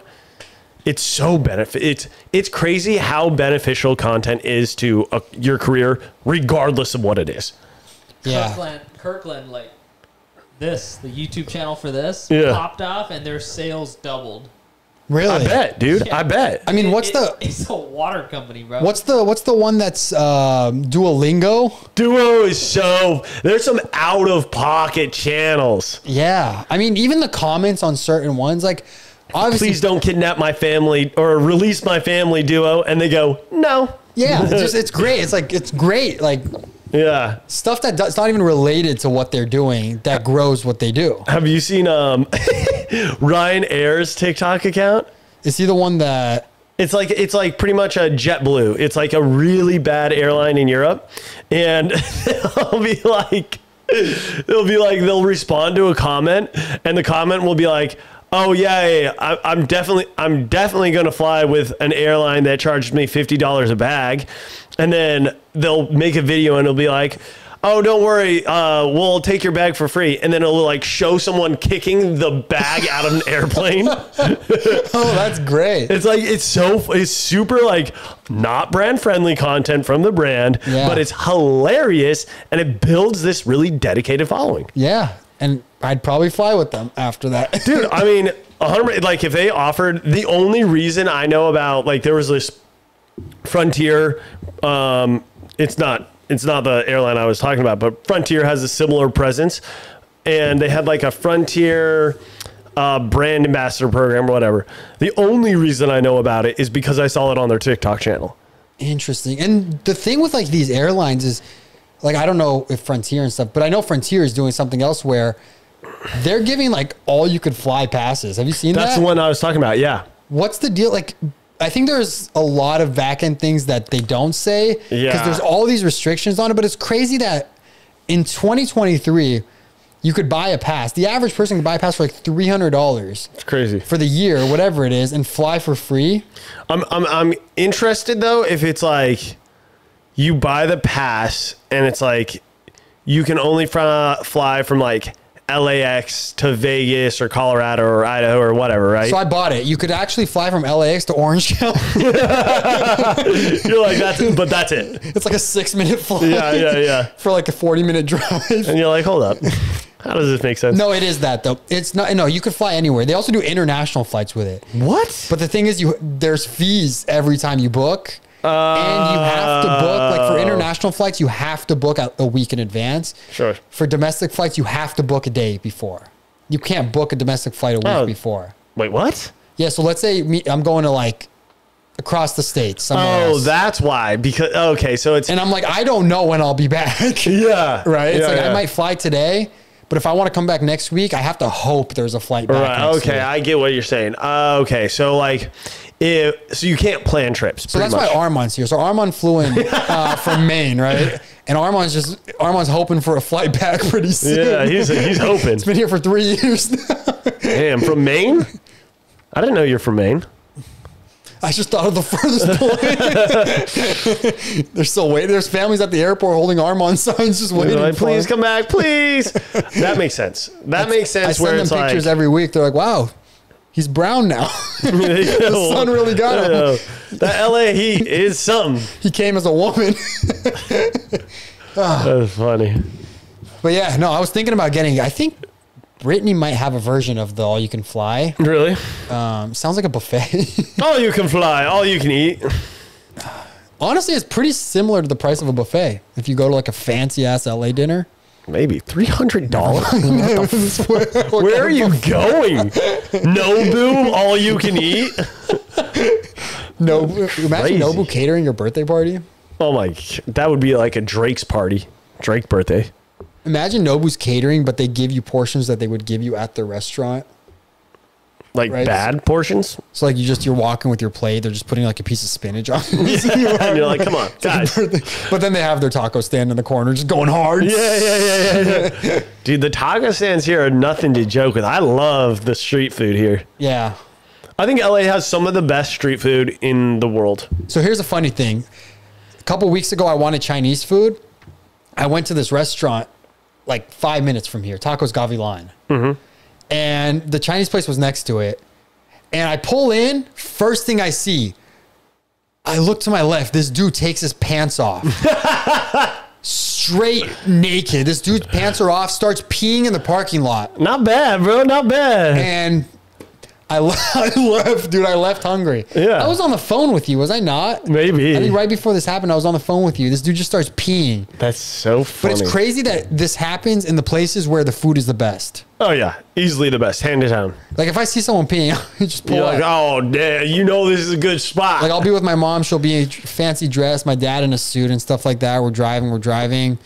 it's so benefit it's it's crazy how beneficial content is to uh your career regardless of what it is.
Yeah.
Kirkland, Kirkland, like this, the YouTube channel for this,
Yeah.
popped off and their sales doubled.
Really?
I bet, dude. I bet.
I mean,
It-
what's
it-
the
It's a water company, bro.
what's the what's the one that's um, Duolingo?
Duo is so there's some out of pocket channels.
Yeah. I mean, even the comments on certain ones like obviously
please don't kidnap my family or release my family duo and they go no
Yeah, it's just it's great. It's like it's great. Like
yeah
stuff that does, it's not even related to what they're doing that grows what they do.
have you seen um ryan ayers tiktok account
Is he the one that
it's like it's like pretty much a JetBlue. It's like a really bad airline in Europe, and they'll be like, they'll be like, they'll respond to a comment, and the comment will be like, "Oh yeah, yeah, yeah. I, I'm definitely, I'm definitely gonna fly with an airline that charged me fifty dollars a bag," and then they'll make a video and it'll be like. Oh, don't worry. Uh, we'll take your bag for free, and then it'll like show someone kicking the bag out of an airplane.
Oh, that's great.
It's like it's so it's super like not brand friendly content from the brand,
Yeah.
but it's hilarious and it builds this really dedicated following.
Yeah. And I'd probably fly with them after that.
Dude, I mean, 100 like if they offered the only reason I know about like there was this Frontier um it's not it's not the airline I was talking about, but Frontier has a similar presence and they had like a Frontier uh, brand ambassador program or whatever. The only reason I know about it is because I saw it on their TikTok channel.
Interesting. And the thing with like these airlines is like I don't know if Frontier and stuff, but I know Frontier is doing something else where they're giving like all you could fly passes. Have you seen
That's
that?
the one I was talking about. Yeah.
What's the deal? Like, I think there's a lot of back end things that they don't say because
Yeah.
there's all these restrictions on it. But it's crazy that in 2023, you could buy a pass. The average person could buy a pass for like three hundred dollars
It's crazy.
for the year, whatever it is, and fly for free.
I'm, I'm, I'm interested though if it's like you buy the pass and it's like you can only fr- fly from like LAX to Vegas or Colorado or Idaho or whatever, right?
So I bought it. You could actually fly from LAX to Orange County.
You're like, that's it, but that's it.
it's like a six minute flight.
Yeah, yeah, yeah.
For like a forty minute drive.
And you're like, hold up. How does this make sense?
No, it is that though. It's not. No, you could fly anywhere. They also do international flights with it.
What?
But the thing is, you there's fees every time you book, and you have to book
Oh.
like for international flights, you have to book a, a week in advance.
Sure.
For domestic flights, you have to book a day before. You can't book a domestic flight a week
Oh.
before.
Wait, what?
Yeah. So let's say me, I'm going to like across the states somewhere.
Oh,
else.
that's why. Because okay, so it's
And I'm like, I don't know when I'll be back.
yeah,
right. It's
Yeah,
like I
yeah.
might fly today. But if I want to come back next week, I have to hope there's a flight back.
Right.
next
Okay,
week.
I get what you're saying. Uh, okay, so like, if so, you can't plan trips.
So that's why
much.
Armand's here. So Armand flew in uh, from Maine, right? And Armand's just Armand's hoping for a flight back pretty soon.
Yeah, he's he's hoping.
been here for three years. now.
Damn, from Maine. I didn't know you're from Maine.
I just thought of the furthest point. They're still waiting. There's families at the airport holding Armand signs, just
They're
waiting.
like,
for
please
him.
come back, please. That makes sense. That makes
I
sense.
send
Where
them
it's
pictures
like,
every week. They're like, wow, he's brown now.
the
sun really got him.
The LA heat is something.
he came as a woman.
That's funny.
Ah. but yeah, no, I was thinking about getting. I think Brittany might have a version of the all you can fly.
Really?
Um, sounds like a buffet.
All you can fly, all you can eat.
Honestly, it's pretty similar to the price of a buffet. If you go to like a fancy ass LA dinner,
Maybe three hundred dollars.
where
Where are you going? Nobu, all you can eat.
Nobu, imagine
Crazy.
Nobu catering your birthday party.
Oh my! g- That would be like a Drake's party, Drake birthday.
Imagine Nobu's catering, but they give you portions that they would give you at the restaurant.
Like
Right.
bad portions.
So like you just you're walking with your plate, they're just putting like a piece of spinach on. it.
and you're like, come on, guys. Yeah,
but then they have their taco stand in the corner, just going hard.
yeah, yeah, yeah, yeah. Dude, the taco stands here are nothing to joke with. I love the street food here.
yeah.
I think LA has some of the best street food in the world.
So here's a funny thing. A couple weeks ago, I wanted Chinese food. I went to this restaurant like five minutes from here, Tacos Gavilan. And the Chinese place was next to it. And I pull in, first thing I see, I look to my left. This dude takes his pants off. Straight naked. This dude's pants are off, starts peeing in the parking lot.
Not bad, bro. Not bad.
And I, le- I left, dude. I left hungry.
Yeah.
I was on the phone with you, was I not? I
Maybe.
think right before this happened, I was on the phone with you. This dude just starts peeing.
That's so
But
funny.
it's crazy that this happens in the places where the food is the best.
Oh yeah, easily the best, hand to town.
Like if I see someone peeing, I just pull
You're
up.
like, "Ah." oh damn, you know this is a good spot.
Like I'll be with my mom, she'll be in fancy dress, my dad in a suit and stuff like that. We're driving, we're driving.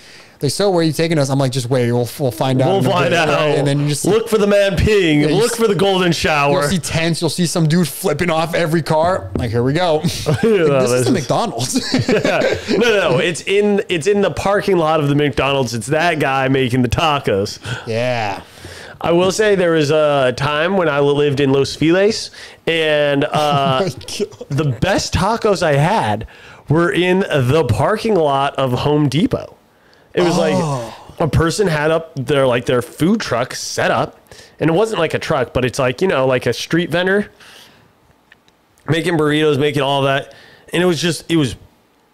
Like, so where are you taking us? I'm like, just wait, we'll, we'll find out.
we'll
in a
find
bit,
out.
right? And then you just
look for the man peeing.
you
look
s-
for the golden shower.
You'll see tents. You'll see some dude flipping off every car. Like, here we go. Like, this
that's
is the
just-
McDonald's.
no, no, it's in it's in the parking lot of the McDonald's. It's that guy making the tacos.
yeah.
I will say there was a time when I lived in Los Feliz, and
Oh
uh, the best tacos I had were in the parking lot of Home Depot. It was
Oh.
like a person had up their like their food truck set up, and it wasn't like a truck, but it's like you know like a street vendor making burritos, making all that, and it was just it was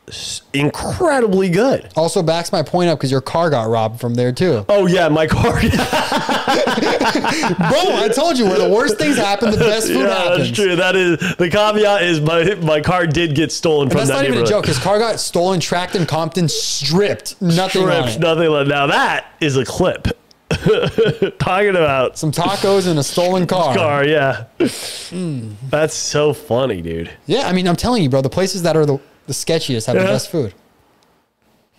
s- incredibly good.
Also backs my point up because your car got robbed from there too.
Oh yeah, my car.
Bro, I told you where the worst things happen, the best food
yeah,
happens.
that's true. That is the caveat is my my car did get stolen from
That's
that
not even a
neighborhood.
joke. His car got stolen, tracked in Compton, stripped. Nothing on
Trips,
it.
nothing like now that is a clip. Talking about
Some tacos and a stolen car.
car, yeah. That's so funny, dude.
Yeah, I mean, I'm telling you, bro, the places that are the, the sketchiest have the
Yeah.
best food.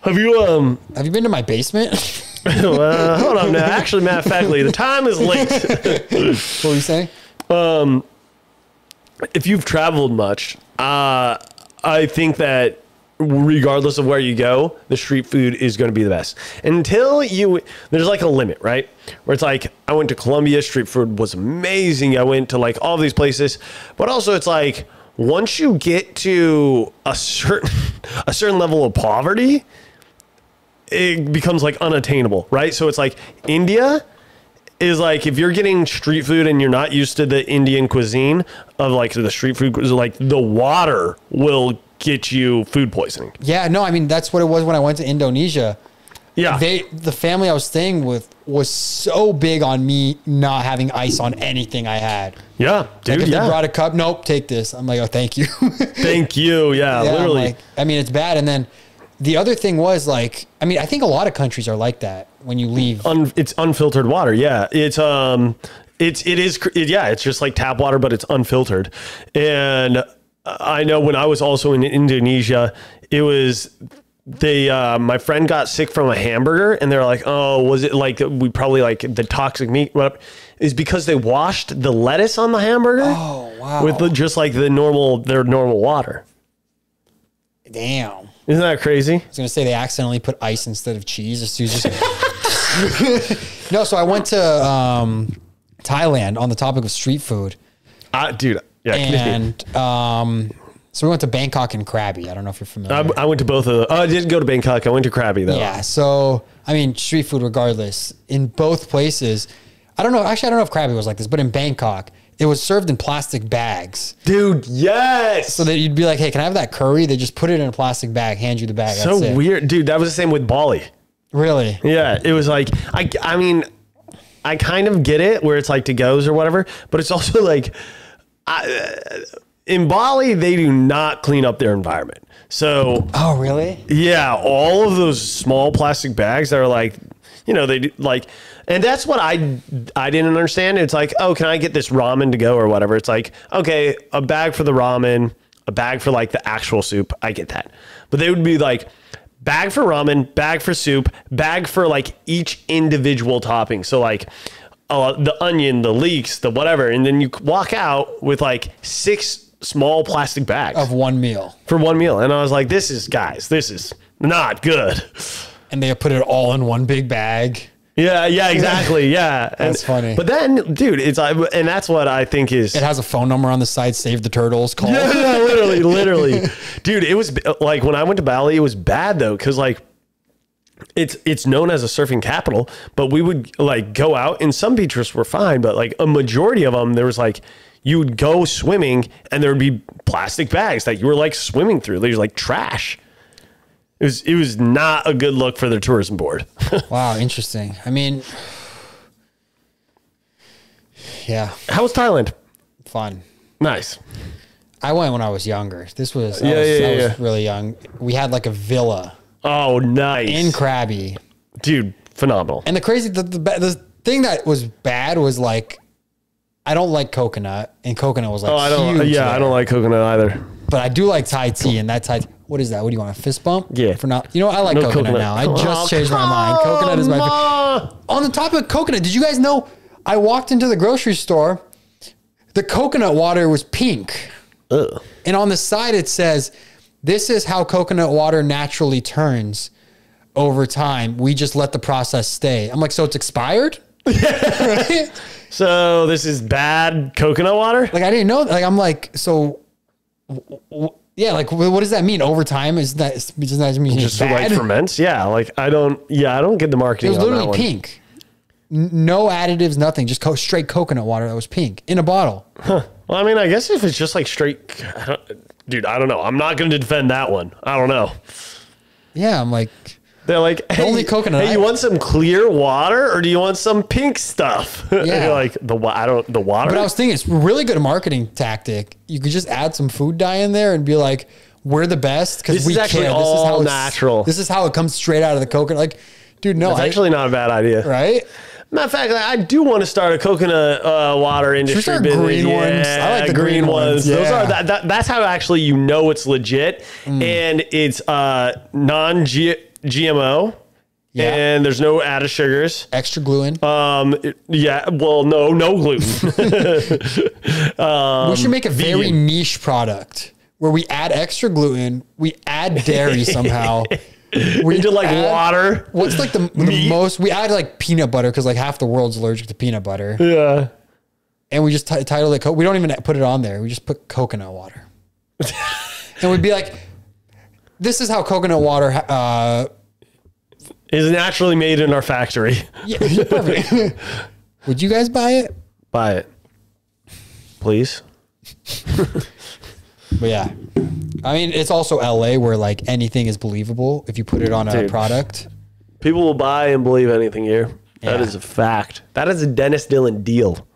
Have you um?
Have you been to my basement?
well, hold on now. Actually, Matt Fackley, the time is late.
what were you saying?
If you've traveled much, uh, I think that regardless of where you go, the street food is going to be the best. Until you, there's like a limit, right? Where it's like, I went to Columbia, street food was amazing. I went to like all these places, but also it's like once you get to a certain a certain level of poverty, it becomes like unattainable, right? So it's like India is like if you're getting street food and you're not used to the Indian cuisine of like the street food, like the water will get you food poisoning.
Yeah, no, I mean, that's what it was when I went to Indonesia.
Yeah.
They, the family I was staying with was so big on me not having ice on anything I had.
yeah. Dude,
Like if
yeah.
they brought a cup, nope, take this. I'm like, oh, thank you.
Thank you. Yeah.
Yeah, I'm
literally.
like- I mean, it's bad. And then the other thing was like, I mean, I think a lot of countries are like that when you leave.
un, it's unfiltered water. Yeah, it's um, it's it is cr- yeah, it's just like tap water, but it's unfiltered. And I know when I was also in Indonesia, it was they uh, my friend got sick from a hamburger, and they're like, oh, was it like we probably like the toxic meat? What is because they washed the lettuce on the hamburger?
Oh, wow.
With the, just like the normal their normal water.
Damn. I
Isn't that crazy?
was going to say they accidentally put ice instead of cheese. It's just, no, so I went to um, Thailand on the topic of street food.
Uh, dude, yeah.
And um, so we went to Bangkok and Krabi. I don't know if you're familiar.
I, I went to both of those. Oh, I didn't go to Bangkok. I went to Krabi though.
Yeah. Uh, So I mean, street food, regardless, in both places, I don't know. Actually, I don't know if Krabi was like this, but in Bangkok, it was served in plastic bags.
Dude, yes.
So that you'd be like, "Hey, can I have that curry?" They just put it in a plastic bag, hand you the bag.
so
that's it.
weird, dude. That was the same with Bali.
Really?
Yeah, it was like I. I mean, I kind of get it where it's like to goes or whatever, but it's also like I, in Bali they do not clean up their environment. So
Oh, really?
yeah, all of those small plastic bags that are like, you know, they do, like, and that's what I I didn't understand. It's like, oh, can I get this ramen to go or whatever? It's like, okay, a bag for the ramen, a bag for like the actual soup. I get that, but they would be like. Bag for ramen, bag for soup, bag for like each individual topping. So like uh, the onion, the leeks, the whatever, and then you walk out with like six small plastic bags
Of one meal.
for one meal. And I was like, this is, guys, this is not good.
And they put it all in one big bag.
Yeah, yeah, exactly. Yeah. And-
That's funny.
But then, dude, it's, I, and that's what I think is.
It has a phone number on the side, save the turtles, call.
Yeah, yeah, literally, literally. Dude, it was like when I went to Bali, it was bad though, because like, it's it's known as a surfing capital, but we would like go out and some beaches were fine, but like a majority of them, there was like you would go swimming and there would be plastic bags that you were like swimming through. They was like trash. It was it was not a good look for their tourism board.
Wow, interesting. I mean, yeah,
How was Thailand?
fun.
Nice.
I went when I was younger. This was, I,
Yeah,
was,
yeah,
I was
yeah.
really young. We had like a villa
Oh, nice,
in Krabi.
dude, phenomenal.
And the crazy, the, the, ba- the thing that was bad was like, I don't like coconut, and coconut was like,
Oh, I don't.
huge
Yeah,
there.
I don't like coconut either.
But I do like Thai tea, and that Thai. What is that? What do you want? A fist bump?
Yeah.
For not, you know, I like
No
coconut,
coconut.
now. I
Oh,
just changed my mind. Coconut is my. fa- On the topic of coconut, did you guys know? I walked into the grocery store. The coconut water was pink,
Ugh.
and on the side it says, "This is how coconut water naturally turns over time. We just let the process stay." I'm like, so it's expired. Right?
So this is bad coconut water.
Like I didn't know. Like I'm like so. w- w- Yeah, like wh- what does that mean? Over time is that does that mean
Just
just bad?
like ferments. Yeah, like I don't. Yeah, I don't get the
it
marketing.
was
on that
literally
one.
pink, N- no additives, nothing, just co- straight coconut water that was pink in a bottle.
Well, I mean, I guess if it's just like straight, I don't- dude, I don't know. I'm not going to defend that one. I don't know.
Yeah, I'm like,
They're like, hey,
only coconut
Hey,
I-
you want some clear water or do you want some pink stuff?
Yeah.
You're like the wa- I don't the water.
but I was thinking it's a really good marketing tactic. You could just add some food dye in there and be like, we're the best
This
because we
is actually
care.
all
it's-
natural.
This is how it comes straight out of the coconut. Like, dude, no,
it's
I,
actually not a bad idea.
right?
Matter of fact, I do want to start a coconut uh, water industry
start
business.
green ones? I like the green ones,
Those
yeah. Mm.
are that, that, That's how actually you know it's legit and it's uh, non GMO.
Yeah.
And there's no added sugars.
Extra glue in.
Um, it- yeah, well, no, no gluten.
we should make a very
vegan.
niche product where we add extra gluten, we add dairy somehow. We
Into like
add-
water.
What's like the, the
Meat.
most? We add like peanut butter because like half the world's allergic to peanut butter,
Yeah.
and we just t- title it. Co- we don't even put it on there. We just put coconut water, and we'd be like, "This is how coconut water." Uh,
Is naturally made in our factory.
yeah, you're perfect. Would you guys buy it?
Buy it. Please.
But yeah, I mean, it's also LA where like anything is believable if you put it on a
Dude.
product.
People will buy and believe anything here. That
Yeah.
is a fact. That is a Dennis Dillon deal.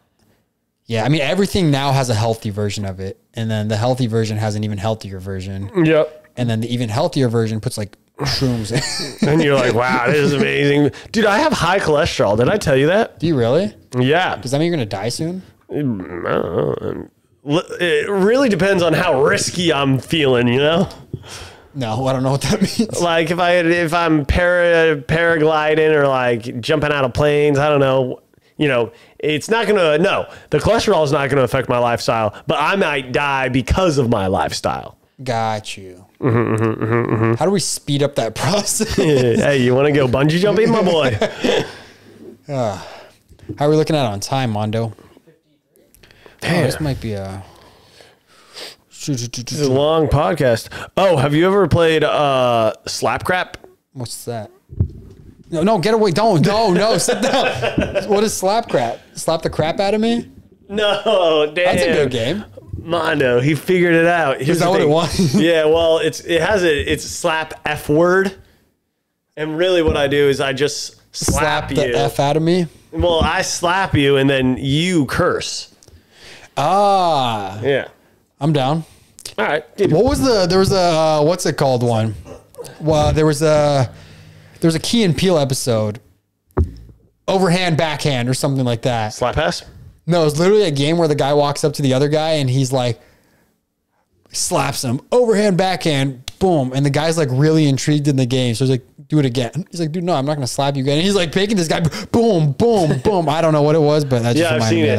Yeah, I mean everything now has a healthy version of it, and then the healthy version has an even healthier version,
Yep.
and then the even healthier version puts like shrooms. in.
And you're like, wow, this is amazing. Dude, I have high cholesterol. Did I tell you that?
Do you really?
Yeah.
Does that mean you're gonna die soon?
L- It really depends on how risky I'm feeling, you know?
No, I don't know what that means.
Like if I if I'm para, paragliding or like jumping out of planes, I don't know. You know, it's not gonna no, the cholesterol is not gonna affect my lifestyle, but I might die because of my lifestyle.
Got you.
Mm-hmm,
How do we speed up that process?
hey, you wanna go bungee jumping, my boy?
How are we looking at on time, Mondo? Oh,
Damn.
this might be a.
This is a long podcast. Oh, have you ever played uh slap crap?
What's that? No, no, get away! Don't, no, no, sit down. What is slap crap? Slap the crap out of me?
No, damn.
That's a good game.
Mondo, he figured it out. Here's
that
the
what it was?
thing. yeah, well, it's it has a it's slap F word. And really what I do is I just slap,
the
you.
f out of me.
well, I slap you and then you curse.
Ah,
Yeah.
I'm down.
All right. dude.
What was the? There was a uh, what's it called one? Well, there was a there was a Key and Peel episode, overhand backhand or something like that.
Slap pass.
No, it's literally a game where the guy walks up to the other guy and he's like slaps him overhand backhand boom and the guy's like really intrigued in the game so he's like do it again he's like dude no i'm not gonna slap you again and he's like picking this guy boom boom boom i don't know what it was but that just
Yeah, I've
reminded
seen
me
it.
of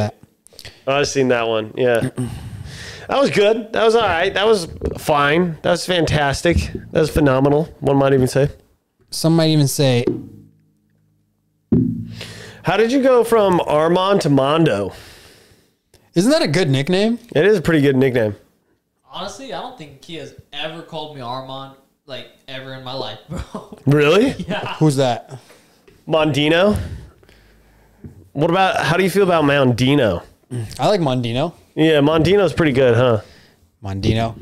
that
Oh, I've seen that one. Yeah. That was good. That was all right. That was fine. That was fantastic. That was phenomenal. One might even say.
some might even say
How did you go from Armand to Mondo?
isn't that a good nickname
It is a pretty good nickname.
Honestly, I don't think Kia's ever called me Armand like ever in my life, bro.
Really?
yeah.
who's that
Mondino? What about how do you feel about Mondino?
i like mondino
Yeah, Mondino's pretty good, huh?
mondino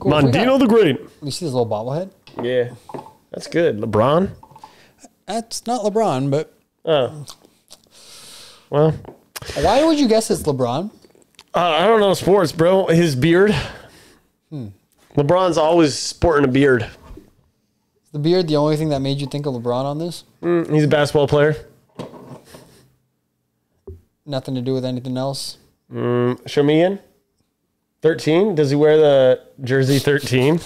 cool, so we got-
Mondino the Great.
you see this little bobblehead
Yeah. That's good. LeBron?
that's not lebron but
Oh. Well,
why would you guess it's lebron
uh, I don't know sports, bro. His beard.
Hmm.
LeBron's always sporting a beard.
is the beard the only thing that made you think of lebron on this
Mm, He's a basketball player.
nothing to do with anything else
Show me in. 13? Does he wear the jersey 13?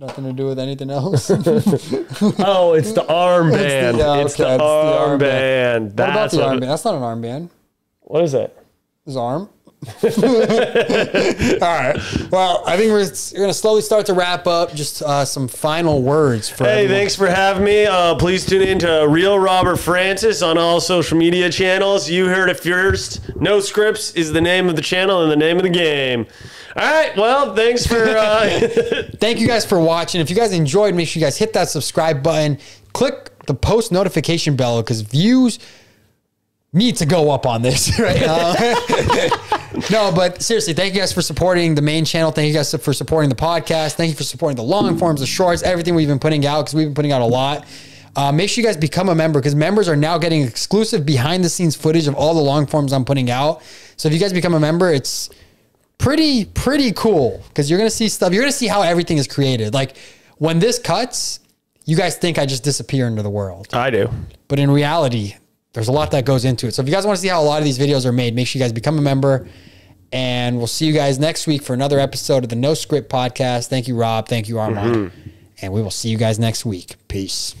nothing to do with anything else
oh, it's the armband. It's the,
yeah, okay, it's uh, the
armband.
What about
That's
the
what,
armband? That's not an armband.
what is that?
His arm. All right. Well, I think we're, we're going to slowly start to wrap up. Just uh, some final words for
Hey,
everyone.
thanks for having me. Uh, please tune in to Real Robert Francis on all social media channels. You heard it first. No Scripts is the name of the channel and the name of the game. All right. Well, thanks for. Uh,
Thank you guys for watching. If you guys enjoyed, make sure you guys hit that subscribe button. Click the post notification bell because views need to go up on this right now. no, but seriously, thank you guys for supporting the main channel. Thank you guys for supporting the podcast. Thank you for supporting the long forms, the shorts, everything we've been putting out because we've been putting out a lot. Uh, make sure you guys become a member because members are now getting exclusive behind the scenes footage of all the long forms I'm putting out. So if you guys become a member, it's pretty pretty cool because you're gonna see stuff. You're gonna see how everything is created. Like when this cuts, you guys think I just disappear into the world,
I do.
but in reality, there's a lot that goes into it. So if you guys want to see how a lot of these videos are made, make sure you guys become a member. And we'll see you guys next week for another episode of the No Script Podcast. Thank you, Rob. Thank you, Armand. And we will see you guys next week. Peace.